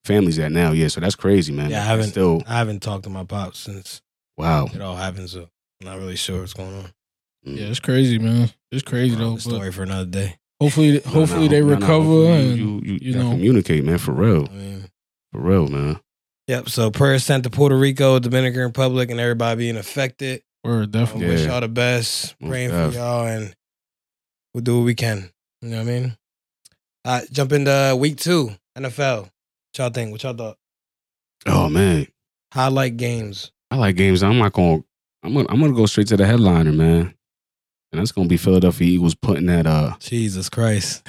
C: family's at now. Yeah, so that's crazy, man.
B: Yeah, I
C: It's
B: haven't-
C: Still,
B: I haven't talked to my pops since
C: wow.
B: it all happened, so I'm not really sure what's going on.
C: Mm.
D: Yeah, it's crazy, man. It's crazy
B: Well,
D: though.
B: the
D: But
B: story for another day.
D: hopefully,
C: No, no,
D: hopefully they
C: no, no,
D: recover
C: hopefully
D: and
C: you, you,
D: you
C: gotta
D: know.
C: communicate, man, for real.
B: I mean,
C: For real, man.
B: yep. So prayers sent to Puerto Rico, Dominican Republic, and everybody being affected.
D: Or
B: I
D: definitely.
B: wish
C: Yeah.
B: y'all the best.
C: Most
B: Praying
C: def.
B: for y'all, and we'll do what we can. You know what I mean? All right, jump into week two NFL. What y'all think? What y'all thought?
C: Oh man.
B: Highlight games.
C: I like games. I'm not gonna I'm gonna I'm gonna go straight to the headliner, man. And that's gonna be Philadelphia Eagles putting that uh
B: Jesus Christ.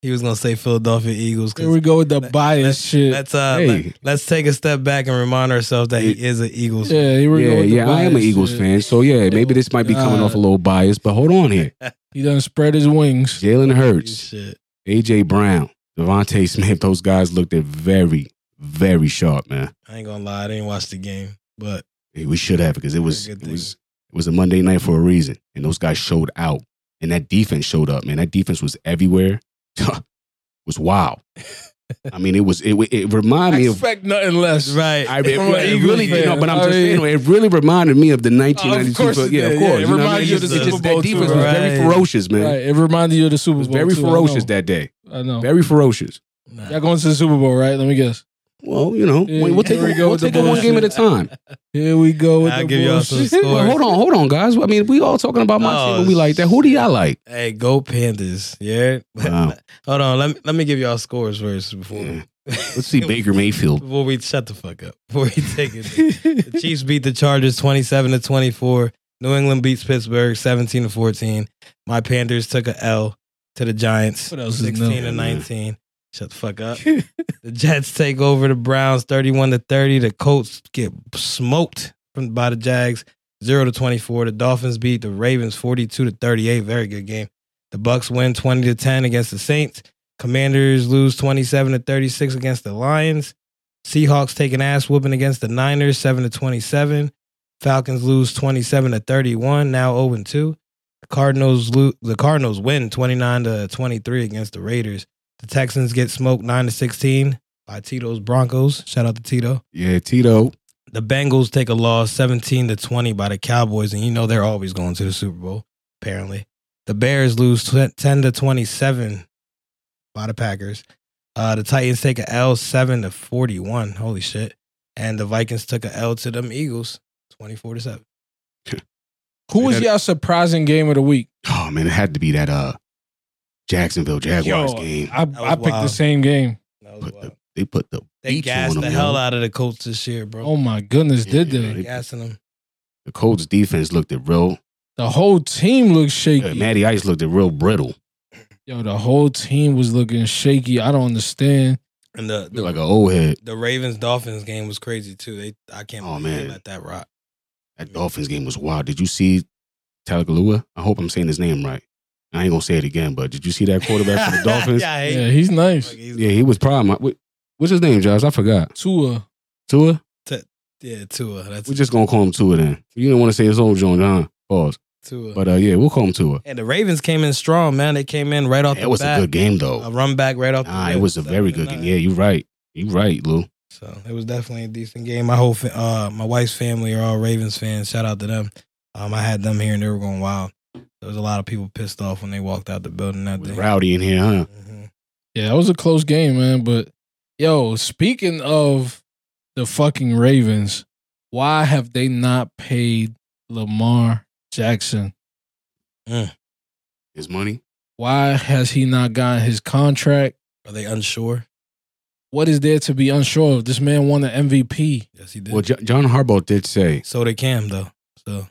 B: he was gonna say Philadelphia Eagles. 'cause
D: Here we go with the
B: Let-
D: bias shit.
B: Let's uh,
C: Hey.
B: let, us take a step back and remind ourselves that he is an Eagles.
D: yeah, here we go.
C: Yeah,
D: with the
C: yeah, I am an
D: bias
C: Eagles
D: shit.
C: fan. So yeah, maybe this might be coming off a little biased, but hold on here.
D: He done spread his wings.
C: Jalen Hurts.
B: Shit.
C: AJ Brown, Devontae Smith, those guys looked at very, very sharp, man.
B: I ain't gonna lie, I didn't watch the game, but
C: Hey, We should have because it
B: They're
C: was
B: good
C: it was it was a Monday night for a reason, and those guys showed out, and that defense showed up, man. That defense was everywhere, It was wild. I mean, it was it it reminded me of.
D: expect nothing less. Uh,
B: right,
C: I, it, it
D: I'm an Eagles
C: really, you know,
D: fan.
C: but I'm
D: I
C: just
D: mean-
C: saying, it really reminded me of the
D: Of
C: 1992.
D: course it
C: yeah, of
D: did.
C: course.
D: Yeah, it
C: you know what I
D: reminded
C: mean?
D: you
C: It
D: of
C: just-
D: the
C: it
D: Super
C: just-
D: Bowl
C: that defense
D: too,
C: was
D: right?
C: very ferocious, man.
D: Right, it reminded you of the
C: It
D: Super
C: was
D: Bowl.
C: very
D: too, I
C: ferocious
D: know.
C: that day.
D: I know.
C: Very ferocious.
B: Nah.
D: Y'all going to the Super Bowl, right? Let me guess.
C: Well, you know,
D: Yeah,
C: we- we'll take,
D: here we
C: we
D: go
C: we'll
D: with the
C: take it one
D: bullshit.
C: game at a time.
D: Here we go with
B: I'll
D: the
B: give y'all some
D: bullshit.
B: scores.
C: Well, hold on, hold on, guys. I mean, we all talking about my
B: Oh,
C: team, but we like that. Who do y'all like?
B: Hey, go Panthers! Yeah.
C: Wow.
B: Hold on. Let me let me give y'all scores first before.
C: Yeah. Let's see Baker Mayfield.
B: Before we shut the fuck up. Before we take it. the Chiefs beat the Chargers twenty-seven to twenty-four. New England beats Pittsburgh seventeen to fourteen. My Panthers took a L to the Giants.
D: What else is new?
B: Sixteen
C: Yeah,
B: to
C: man.
B: nineteen. Shut the fuck up. the Jets take over the Browns thirty-one to thirty. The Colts get smoked from by the Jags zero to twenty-four. The Dolphins beat the Ravens forty-two to thirty-eight. Very good game. The Bucks win twenty to ten against the Saints. Commanders lose 27 to 36 against the Lions. Seahawks take an ass whooping against the Niners 7 to 27. Falcons lose 27 to 31, now 0 2. The Cardinals lo- the Cardinals win 29 to 23 against the Raiders. The Texans get smoked 9 to 16 by Tito's Broncos. Shout out to Tito.
C: Yeah, Tito.
B: The Bengals take a loss 17 to 20 by the Cowboys, and you know they're always going to the Super Bowl, apparently. The Bears lose tw- 10 to 27 by the Packers. Uh, the Titans take a L 7 to 41. Holy shit. And the Vikings took a L to them Eagles 24 to 7.
D: Who was y'all surprising game of the week?
C: Oh man, it had to be that uh Jacksonville Jaguars
D: Yo,
C: game.
D: I,
B: was
D: I picked the
B: wild.
D: same game.
B: That was
C: Put
B: wild.
C: the, they put the
B: They
C: beats
B: gassed
C: on
B: the
C: them,
B: hell
C: yo.
B: out of the Colts this year, bro.
D: Oh my goodness,
C: Yeah,
D: did
C: yeah,
D: they?
C: yeah.
B: gassing them.
C: The Colts defense looked at real.
D: The whole team looked
C: Uh,
D: shaky.
C: Matty Ice looked at real brittle.
D: Yo, the whole team was looking shaky. I don't understand.
B: And the,
C: Looked
B: the,
C: like an old head.
B: the Ravens Dolphins game was crazy, too. They I can't
C: Oh,
B: believe they
C: man.
B: let that rock.
C: That Dolphins game was wild. Did you see Tagalua? I hope I'm saying his name right. I ain't gonna say it again, but did you see that quarterback for the Dolphins?
B: yeah, I hate
D: Yeah,
B: him.
D: he's
B: Like,
D: nice.
B: he's-
C: Yeah, he was prime. What, what's his name, Josh? I forgot.
D: Tua.
C: Tua.
B: Yeah, Tua. That's
C: We're just gonna call him Tua then. You didn't want to say his own joint, huh? Pause.
B: Tua.
C: But uh, yeah, we'll call him Tua.
B: and the Ravens came in strong, man. They came in right off
C: That
B: the
C: was
B: bat.
C: a good game
B: A
C: though.
B: run back right off
C: Nah,
B: the
C: it was a very good game. Yeah, you're right. You're right, Lou.
B: So it was definitely a decent game. My whole fa- uh my wife's family are all Ravens fans. Shout out to them. Um I had them here and they were going wild. There was a lot of people pissed off when they walked out the building
C: It
B: that
C: was
B: day.
C: rowdy in here, huh?
B: Mhm.
D: Yeah, that was a close game, man. But yo, speaking of the fucking Ravens, why have they not paid Lamar Jackson?
C: His money.
D: Why has he not gotten his contract?
B: Are they unsure?
D: What is there to be unsure of? This man won the MVP.
B: Yes, he did.
C: Well, Jo- John Harbaugh did say.
B: so did Cam though. So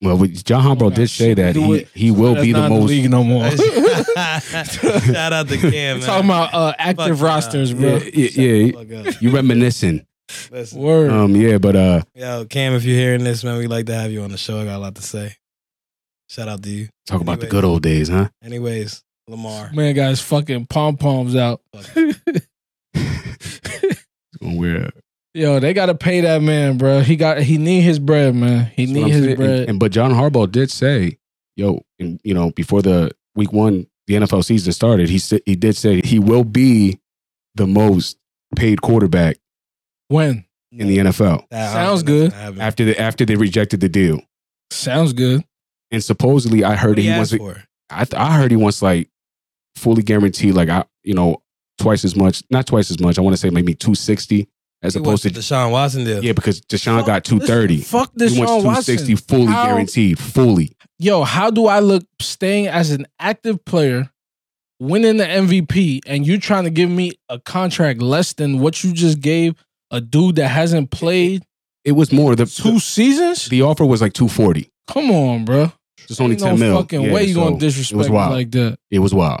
C: Well, we- John
D: Oh,
C: Harbaugh
D: God.
C: did say that
D: Do
C: he,
D: it.
C: he will
D: That's
C: be the
D: not in
C: most.
D: league no more.
B: shout out to Cam.
D: We're talking
B: man.
D: about uh,
B: Fuck
D: active
B: nah.
D: rosters,
C: yeah,
D: bro.
C: yeah, yeah,
B: Shut the fuck up.
C: you reminiscing.
B: Listen.
D: Word.
C: Um, yeah, but uh,
B: Yo, Cam, if you're hearing this, man, we'd like to have you on the show. I got a lot to say. Shout out to you.
C: talk about the
B: Anyway.
C: good old days, huh?
B: Anyways, Lamar.
D: man, guys, fucking pom poms out.
C: When we're
D: Yo, they gotta pay that man, bro. He got he need his bread, man. He
C: That's what
D: need
C: I'm
D: his
C: saying.
D: bread.
C: And, and- but John Harbaugh did say, "Yo, and, you know, before the week one, the NFL season started, he said he did say he will be the most paid quarterback
D: when
C: in the NFL
B: That
D: Sounds
B: happened.
D: good.
B: That happened.
C: after the after they rejected the deal.
D: sounds good.
C: And supposedly, I heard
B: What
C: he
B: asked
C: wants.
B: for?
C: I th- I heard he wants like fully guaranteed, like I you know twice as much, not twice as much. I want to say maybe two sixty as
B: He
C: opposed
B: wants
C: to
B: the Deshaun Watson deal.
C: yeah, because Deshaun
D: Fuck
C: got two thirty.
D: Fuck this
C: He wants
D: Sean
C: two sixty
D: Watson.
C: fully
D: How-
C: guaranteed, fully.
D: Yo, how do I look staying as an active player, winning the MVP, and you trying to give me a contract less than what you just gave a dude that hasn't played
C: It was more the
D: two seasons?
C: the offer was like two forty.
D: Come on, bro.
C: It's only
D: Ain't
C: ten
D: no
C: mil.
D: fucking
C: Yeah,
D: way you
C: so
D: gonna disrespect me
C: wild.
D: like that.
C: It was wild.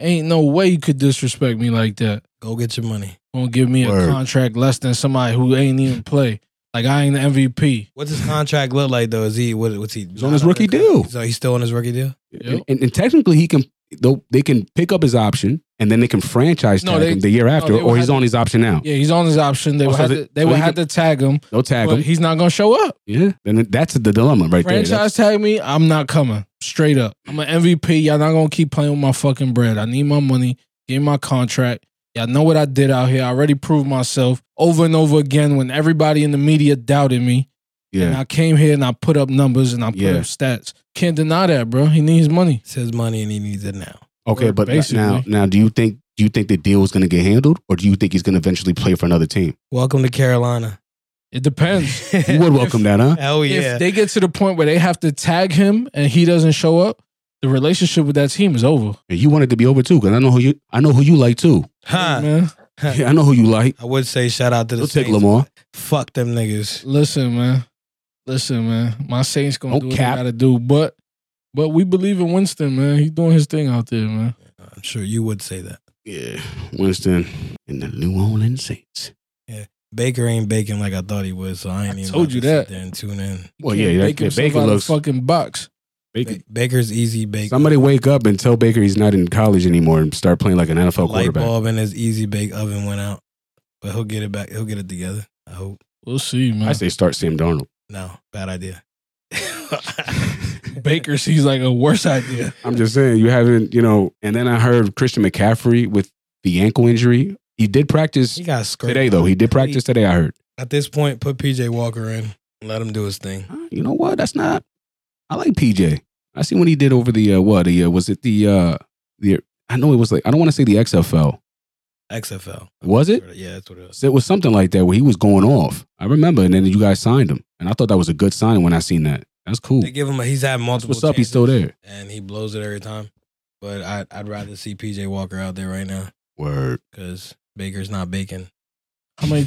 D: Ain't no way you could disrespect me like that.
B: Go get your money.
D: Gonna give me
C: Word.
D: a contract less than somebody who ain't even play. Like I ain't the MVP.
B: What's his contract look like though? Is he what, what's he?
C: He's on his rookie deal.
B: So he's still on his rookie deal.
D: Yep.
C: And, and technically, he can though they can pick up his option and then they can franchise
D: No,
C: tag
D: they-
C: him the year after,
D: they would
C: or he's
D: have
C: on his option now.
D: Yeah, he's on his option. They
C: Oh,
D: would
C: so
D: have
C: they-
D: to, they
C: so
D: would
C: he
D: have to tag him,
C: They'll tag
D: but
C: him.
D: he's not gonna show up.
C: Yeah, then that's the dilemma right there. That's-
D: Franchise tag me, I'm not coming. Straight up, I'm an MVP. Y'all not gonna keep playing with my fucking bread. I need my money. Give me my contract. Y'all know what I did out here. I already proved myself over and over again when everybody in the media doubted me. And
C: yeah,
D: I came here and I put up numbers and I put
C: Yeah.
D: up stats. Can't deny that, bro. He needs money.
B: It's his money and he needs it now.
C: okay, but
D: basically.
C: now, now, do you think do you think the deal is going to get handled, or do you think he's going to eventually play for another team?
B: Welcome to Carolina.
D: It depends.
C: You would welcome that, huh?
B: Hell yeah.
D: If they get to the point where they have to tag him and he doesn't show up, the relationship with that team is over.
C: And you wanted to be over too, because I know who you I know who you like too.
B: Huh.
D: Man,
C: Yeah, I know who you like.
B: I would say shout out to the
C: Don't take
B: Saints.
C: Lamar.
B: Fuck them niggas.
D: listen, man, listen, man. My Saints gonna
C: Don't
D: do what
C: cap.
D: they gotta do, but but we believe in Winston, man. He's doing his thing out there, man.
B: I'm sure you would say that.
C: Yeah, Winston and the New Orleans Saints.
B: Baker ain't baking like I thought he would, so I ain't
D: I
B: even
D: told
B: about
D: you
B: to
D: that.
B: sit there and tune in.
C: Well,
D: Can't
C: yeah, that-
D: bake
C: yeah,
D: himself
C: Baker
D: out of the
C: looks-
D: fucking box.
C: Baker,
B: Ba- Baker's easy bake.
C: Somebody wake up and tell Baker he's not in college anymore and start playing like an NFL
B: light
C: quarterback.
B: bulb in his easy bake oven went out, but he'll get it back. He'll get it together. I hope.
D: We'll see, man.
C: I
B: Uh-huh.
C: say start Sam Darnold.
B: No, bad idea.
D: Baker seems like a worse idea.
C: I'm just saying you haven't, you know. And then I heard Christian McCaffrey with the ankle injury. He did practice
B: he got scraped
C: today though. He did practice today. I heard.
B: At this point, put PJ Walker in. and Let him do his thing.
C: Huh, Uh, You know what? That's not. I like PJ. I see what he did over the uh, what the uh, was it the uh the I know it was like I don't want to say the XFL.
B: XFL.
C: Was it?
B: Yeah, that's what it was.
C: It was something like that where he was going off. I remember, and then you guys signed him, and I thought that was a good sign when I seen that. That's cool.
B: They give him. A, he's had multiple.
C: What's up? He's still
B: chances,
C: there.
B: and he blows it every time. But I, I'd rather see PJ Walker out there right now
C: Word.
B: because Baker's not baking.
D: How many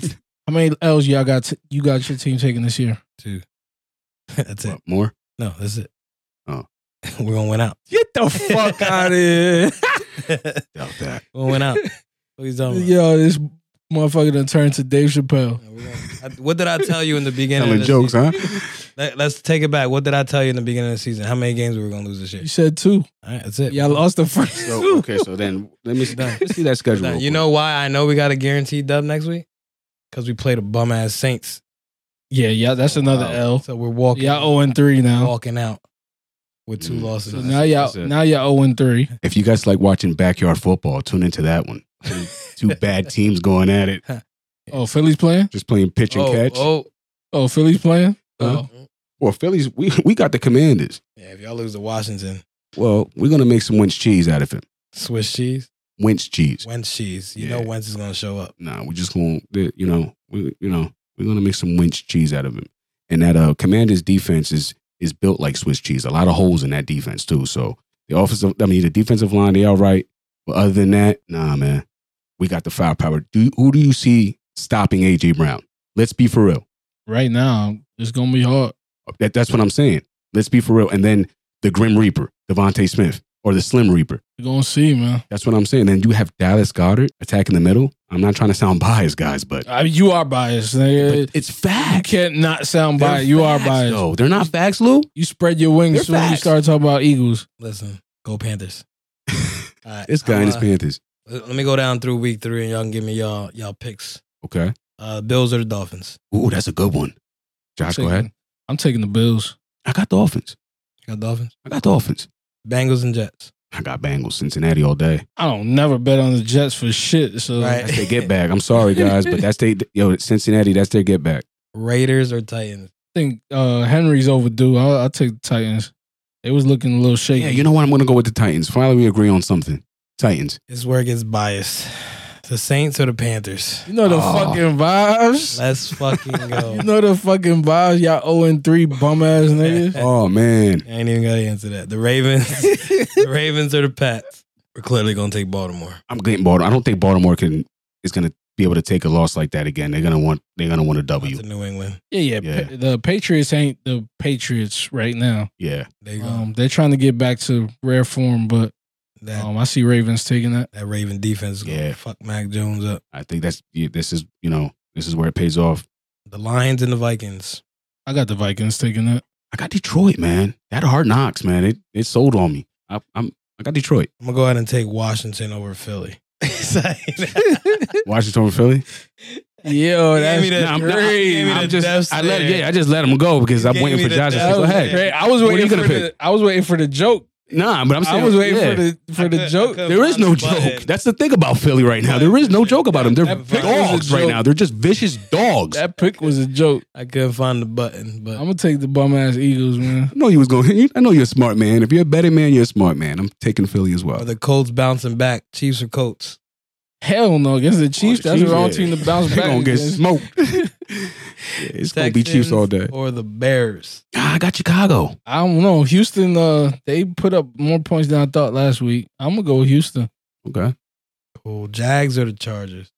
D: how many L's y'all got? T- you got your team taking this year?
B: Too. that's it.
C: What, more.
B: No, that's it.
C: Oh.
B: we're gonna win out.
D: Get the
B: fuck outta
D: here.
C: Doubt that.
B: We went out. What you
C: Oh.
B: talking about?
D: Yo, this motherfucker done turned to Dave Chappelle.
B: Yeah, we're gonna- I- What did I tell you in the beginning? of
C: Telling
B: the
C: jokes,
B: season?
C: huh?
B: Let, us take it back. What did I tell you in the beginning of the season? How many games were we gonna lose this year?
D: You said two.
B: All right, that's it.
D: Y'all lost the first
C: So,
D: two.
C: okay, so then let me see,
B: Done.
C: let's see that schedule.
B: Now,
C: real
B: you
C: quick.
B: know why I know we got a guaranteed dub next week? Because we played a bum ass Saints.
D: Yeah, yeah, that's another
C: Wow.
D: L.
B: So we're walking.
D: Y'all zero and three now.
B: walking out with two
C: Mm.
B: losses.
D: So now y'all
C: That's it.
D: now y'all zero and three.
C: if you guys like watching backyard football, tune into that one. Two, two
B: Oh,
C: bad teams going at it,
D: Oh, Philly's playing.
C: just playing pitch and
B: oh,
C: catch.
B: Oh,
D: Oh, Philly's playing.
C: Huh?
D: Oh,
C: Well, Phillies, we we got the Commanders.
B: yeah. If y'all lose to Washington,
C: Well, we're gonna make some Wentz cheese out of it.
B: Swiss cheese,
C: Wentz cheese.
B: Wentz cheese. You know
C: Yeah.
B: Wentz is gonna show up.
C: Nah, we just gonna you know we you know we're gonna make some Wentz cheese out of him. And that uh Commanders defense is is built like Swiss cheese. A lot of holes in that defense too. So The offensive, I mean, the defensive line, they all right. But other than that, nah, man, we got the firepower. Do who do you see stopping AJ Brown? Let's be for real.
D: Right now, it's gonna be hard.
C: That, that's what I'm saying. Let's be for real. And then the Grim Reaper, Devontae Smith, or the Slim Reaper.
D: We're gonna see, man.
C: That's what I'm saying. And you have Dallas Goddard attacking the middle. I'm not trying to sound biased, guys, but,
D: I, you are biased. Nigga.
C: but it's
D: Uh, You
C: facts.
D: can't not sound
C: They're
D: biased. You are
C: facts,
D: biased.
C: though. they're not facts, Lou.
D: You spread your wings
C: They're
D: soon as you
C: facts.
D: start talking about Eagles.
B: Listen, go Panthers. All right,
C: This guy
B: I'm,
C: and his
B: uh,
C: Panthers.
B: Let me go down through week three, and y'all can give me y'all y'all picks.
C: Okay.
B: Uh, Bills or the Dolphins?
C: Ooh, that's a good one. Josh, go
D: Taking-
C: ahead.
D: I'm taking the Bills.
C: I got the offense.
B: You got Dolphins.
C: I got the offense.
B: Bengals and Jets.
C: I got Bengals, Cincinnati all day.
D: I don't never bet on the Jets for shit. So
B: Right.
C: That's their get back. I'm sorry, guys, but that's they yo Cincinnati. That's their get back.
B: Raiders or Titans?
D: I think uh, Henry's overdue. I'll, I'll take the Titans. It was looking a little shaky.
C: Yeah, you know what? I'm gonna go with the Titans. Finally, we agree on something. Titans.
B: This where it gets biased. The Saints or the Panthers?
D: You know the
C: Oh.
D: fucking vibes.
B: Let's fucking go.
D: You know the fucking vibes. Y'all 0 and 3 bum ass niggas.
C: Oh man,
B: I ain't even got to answer that. The Ravens, the Ravens or the Pats? We're clearly gonna take Baltimore.
C: I'm getting Baltimore. I don't think Baltimore can is gonna be able to take a loss like that again. They're gonna want. They're gonna want a
B: Out
C: W.
B: to New England.
D: Yeah, yeah.
C: Yeah.
D: Pa- the Patriots ain't the Patriots right now.
C: Yeah,
B: There you go.
D: Um, they're trying to get back to rare form, but
B: uh, that
D: um, I see Ravens taking that.
B: that Raven defense is gonna
C: Yeah.
B: fuck Mac Jones up.
C: I think that's yeah, this is you know this is where it pays off.
B: The Lions and the Vikings.
D: I got the Vikings taking that.
C: I got Detroit, man. That hard knocks, man. It it sold on me. I, I'm I got Detroit.
B: I'm gonna go ahead and take Washington over Philly. It's like-
C: Washington over Philly.
D: Yo,
B: that's
D: oh, that's
B: me that-
C: Nah, I'm,
B: great. Give me
C: I'm,
B: the
C: just
B: depths
C: I let
B: there.
C: yeah I just let him go because
B: You
C: I'm
B: gave
C: waiting
B: me
C: for
B: the
C: Josh to say,
B: depths
C: go ahead.
B: there.
D: I was
C: What are you
D: waiting for
C: gonna
D: the. I was waiting for the joke.
C: Nah, but I'm saying
D: I was waiting
C: yeah.
D: for the for the
B: I
D: joke.
B: couldn't-
C: There is no
B: Button.
C: joke. That's the thing about Philly right now. There is no joke about them. They're
D: That pick was a
C: dogs right
D: joke.
C: now. They're just vicious dogs.
D: That pick was a joke.
B: I couldn't find the button, but
D: I'm gonna take the bum ass Eagles, man.
C: I know you was going. I know you're a smart man. If you're a betting man, you're a smart man. I'm taking Philly as
B: are
C: well.
B: the Colts bouncing back? Chiefs or Colts?
D: Hell no, against
B: Oh,
D: the Chiefs. that's the
C: Chiefs,
D: wrong
C: yeah.
D: team to bounce
C: They're
D: back.
C: gonna get
D: against.
C: smoked. Yeah, it's gonna be Chiefs all day.
B: Or the Bears?
C: Ah, I got Chicago.
D: I don't know. Houston, uh, they put up more points than I thought last week. I'm gonna go with Houston.
C: Okay.
B: Cool. Jags or the Chargers?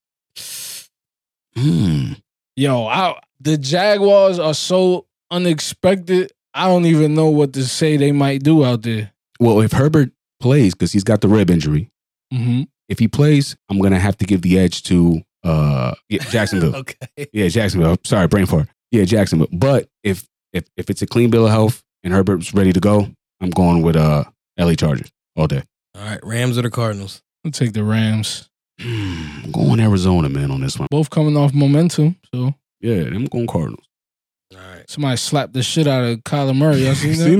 C: Hmm.
D: Yo, I the Jaguars are so unexpected. I don't even know what to say they might do out there.
C: Well, if Herbert plays because he's got the rib injury,
D: Mm-hmm.
C: if he plays, I'm gonna have to give the edge to uh yeah, Jacksonville.
B: okay.
C: Yeah, Jacksonville. Sorry, brain fart. Yeah, Jacksonville. But if if if it's a clean bill of health and Herbert's ready to go, I'm going with uh LA Chargers all day.
B: All right. Rams or the Cardinals?
D: I'll take the Rams.
C: Hmm, I'm going Arizona, man, on this one.
D: Both coming off momentum, so
C: Yeah, I'm going Cardinals.
B: All right.
D: somebody slapped the shit out of Kyler Murray. Y'all seen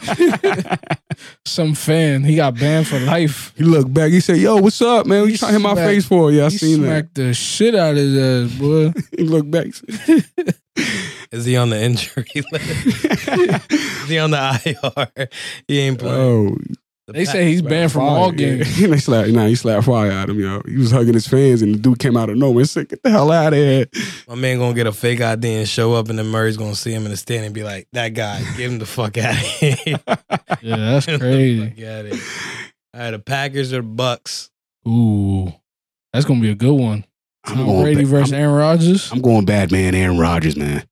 C: Seen that?
D: Some fan. He got banned for life.
C: he looked back. He said, "Yo, what's up, man? What you
D: He
C: trying to hit my
D: smacked-
C: face for?" Yeah, I
D: he
C: seen that.
D: smacked the shit out of his ass, boy.
C: he looked back. He said-
B: Is he on the injury list? Is he on the IR? He ain't playing.
C: oh,
B: The
D: They
B: Pac-
D: say he's banned from all games.
C: Yeah. they slapped. Nah, he slapped fire at him, yo. He was hugging his fans, and the dude came out of nowhere and said, "Get the hell out of here."
B: My man gonna get a fake ID and show up, and then Murray's gonna see him in the stand and be like, "That guy, get him the fuck out of here."
D: Yeah, that's
B: Get the
D: crazy.
B: fuck outta here. All right, the Packers or the Bucks?
D: Ooh, that's gonna be a good one. Tom
C: going
D: Brady
C: ba-
D: versus
C: I'm-
D: Aaron Rodgers.
C: I'm going bad, man. Aaron Rodgers, man.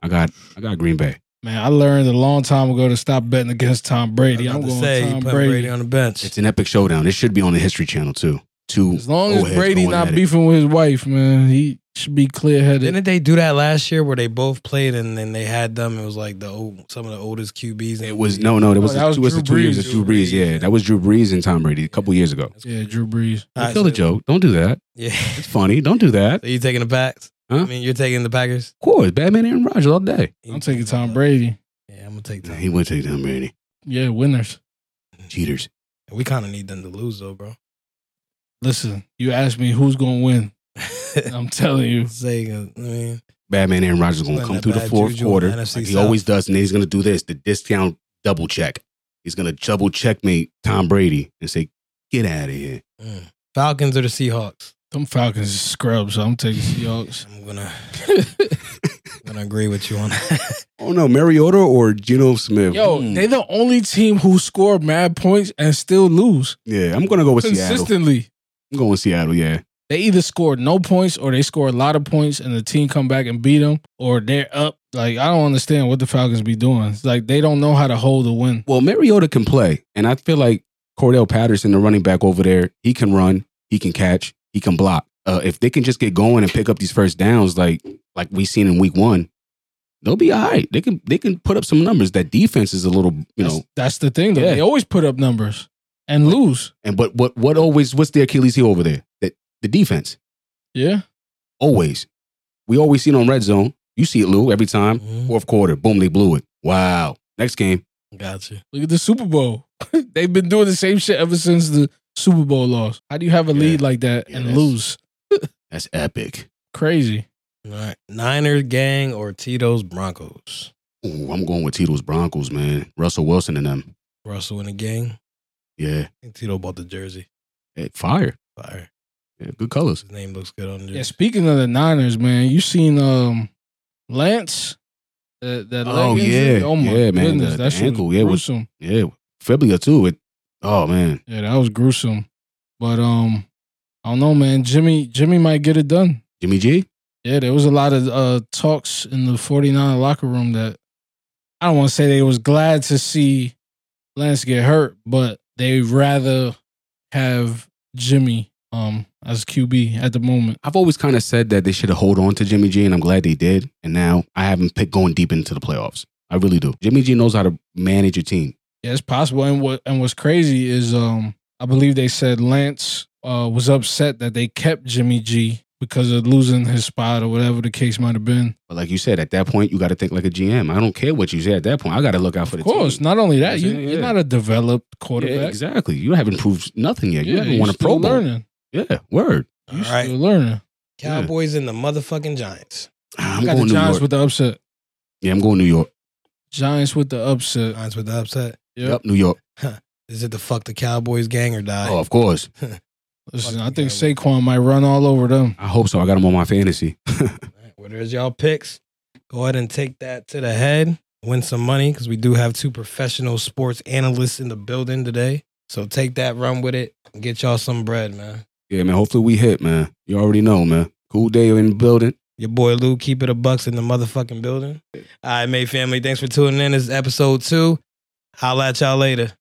C: I got I got Green Bay.
D: Man, I learned a long time ago to stop betting against Tom Brady.
B: I
D: I'm
B: was about
D: going
B: to say, you
D: Tom
B: put
D: Brady.
B: Brady on the bench.
C: It's an epic showdown. It should be on the History Channel too. Two.
D: As long as
C: old heads
D: Brady
C: going at
D: not
C: it.
D: beefing with his wife, man, he should be clear headed.
B: Didn't they do that last year where they both played and then they had them? It was like the old, some of the oldest QBs. in
C: It
B: the
C: was
B: league.
C: no, no. That
D: Oh,
C: was,
D: that
C: the
D: was
C: two, was the
D: Drew
C: two years
D: Brees.
C: of Drew Brees. Yeah, that was Drew Brees and Tom Brady a couple years ago.
D: Yeah, Drew Brees.
B: All right,
C: Kill the
B: so-
C: joke. Don't do that.
B: Yeah.
C: It's funny. Don't do that.
B: So you taking the Packs? I
C: Huh?
B: mean, you're taking the Packers.
C: Of course, Batman Aaron Rodgers all day.
D: I'm taking Tom Brady.
B: Yeah, I'm gonna take
C: Nah,
B: Tom.
C: he went to Tom Brady.
D: Yeah, winners.
C: Cheaters.
B: We kind of need them to lose though, bro.
D: Listen, you asked me who's gonna win. I'm telling you.
B: Saying, I mean,
C: Batman Aaron Rodgers gonna
B: Playing
C: come
B: that
C: through the
B: bad
C: fourth
B: juju on
C: quarter.
B: the NFC
C: like he
B: South.
C: always does, and then he's gonna do this. The discount double check. He's gonna double checkmate Tom Brady and say, "Get out of here."
B: mm. Falcons or the Seahawks?
D: Them Falcons is scrubs. So I'm taking Seahawks.
B: I'm gonna gonna agree with you on that.
C: Oh no, Mariota or Geno Smith.
D: Yo,
B: Hmm.
D: they the only team who score mad points and still lose
C: Yeah, I'm gonna go with Seattle.
D: consistently.
C: I'm going with Seattle. Yeah,
D: They either score no points or they score a lot of points and the team come back and beat them or they're up. Like I don't understand what the Falcons be doing. It's like they don't know how to hold a win.
C: Well, Mariota can play, and I feel like Cordell Patterson, the running back over there, he can run, he can catch, he can block. Uh, if they can just get going and pick up these first downs, like like we seen in Week One, they'll be all right. They can they can put up some numbers. That defense is a little, you know,
D: That's, that's the thing though.
C: Yeah.
D: They always put up numbers and lose.
C: and but what what always what's the Achilles heel over there? That the defense
D: Yeah.
C: always. We always see it on red zone. You see it, Lou, every time.
B: Mhm.
C: Fourth quarter, boom, they blew it. Wow. Next game,
B: Gotcha.
D: Look at the Super Bowl. They've been doing the same shit ever since the Super Bowl loss. How do you have a
C: Yeah.
D: lead like that
C: Yeah,
D: and
C: that's-
D: lose?
C: that's epic.
D: Crazy.
B: All right. Niners gang or Tito's Broncos.
C: Ooh, I'm going with Tito's Broncos, man. Russell Wilson and them.
B: Russell in the gang. I
C: Yeah.
B: think Tito bought the jersey.
C: Hey, fire.
B: Fire.
C: Yeah, good colors.
B: His name looks good on the jersey.
D: Yeah, speaking of the Niners, man, you seen um Lance? That, that
C: Oh,
D: leg
C: yeah.
D: injury? oh my
C: Yeah, man,
D: goodness,
C: the-
D: that
C: the
D: shit
C: ankle,
D: was
C: yeah, it was-
D: gruesome.
C: Yeah. Fibia too. It oh man.
D: yeah, that was gruesome. But um, I don't know, man. Jimmy, Jimmy might get it done.
C: Jimmy G?
D: Yeah, there was a lot of uh talks in the 49 locker room that I don't want to say they was glad to see Lance get hurt, but they rather have Jimmy um as QB at the moment.
C: I've always kind of said that they should have hold on to Jimmy G, and I'm glad they did. And now I have him picked going deep into the playoffs. I really do. Jimmy G knows how to manage a team.
D: Yeah, it's possible. And what and what's crazy is um I believe they said Lance uh was upset that they kept Jimmy G because of losing his spot or whatever the case might have been.
C: But like you said, at that point, you got to think like a GM. I don't care what you say at that point. I got to look out for the
D: Of course,
C: team.
D: not only that,
C: You
D: you,
C: know what I'm saying?
D: you're
C: Yeah.
D: not a developed quarterback.
C: Yeah, exactly. You haven't proved nothing yet. You
D: Yeah,
C: haven't
D: you're
C: won a
D: still
C: Pro Bowl.
D: learning.
C: Yeah, word.
D: You
B: All right.
D: still learning.
B: Cowboys and the motherfucking Giants.
C: I'm
D: i got the
C: going New
D: Giants
C: York.
D: with the upset.
C: yeah, I'm going New York.
D: Giants with the upset.
B: Giants with the upset.
D: Yep.
C: Yep, New York.
B: Is it the fuck the Cowboys gang or die?
C: Oh, of course.
D: Listen,
B: Fucking
D: I think
B: Cowboys.
D: Saquon might run all over them.
C: I hope so. I got him on my fantasy.
B: All right, well, there's y'all picks. Go ahead and take that to the head. Win some money because we do have two professional sports analysts in the building today. So take that, run with it, and get y'all some bread, man.
C: yeah, man. Hopefully we hit, man. You already know, man. Cool day in the building.
B: Your boy Lou, keep it a bucks in the motherfucking building. All right, May family, thanks for tuning in. This is episode two. Holla at y'all later.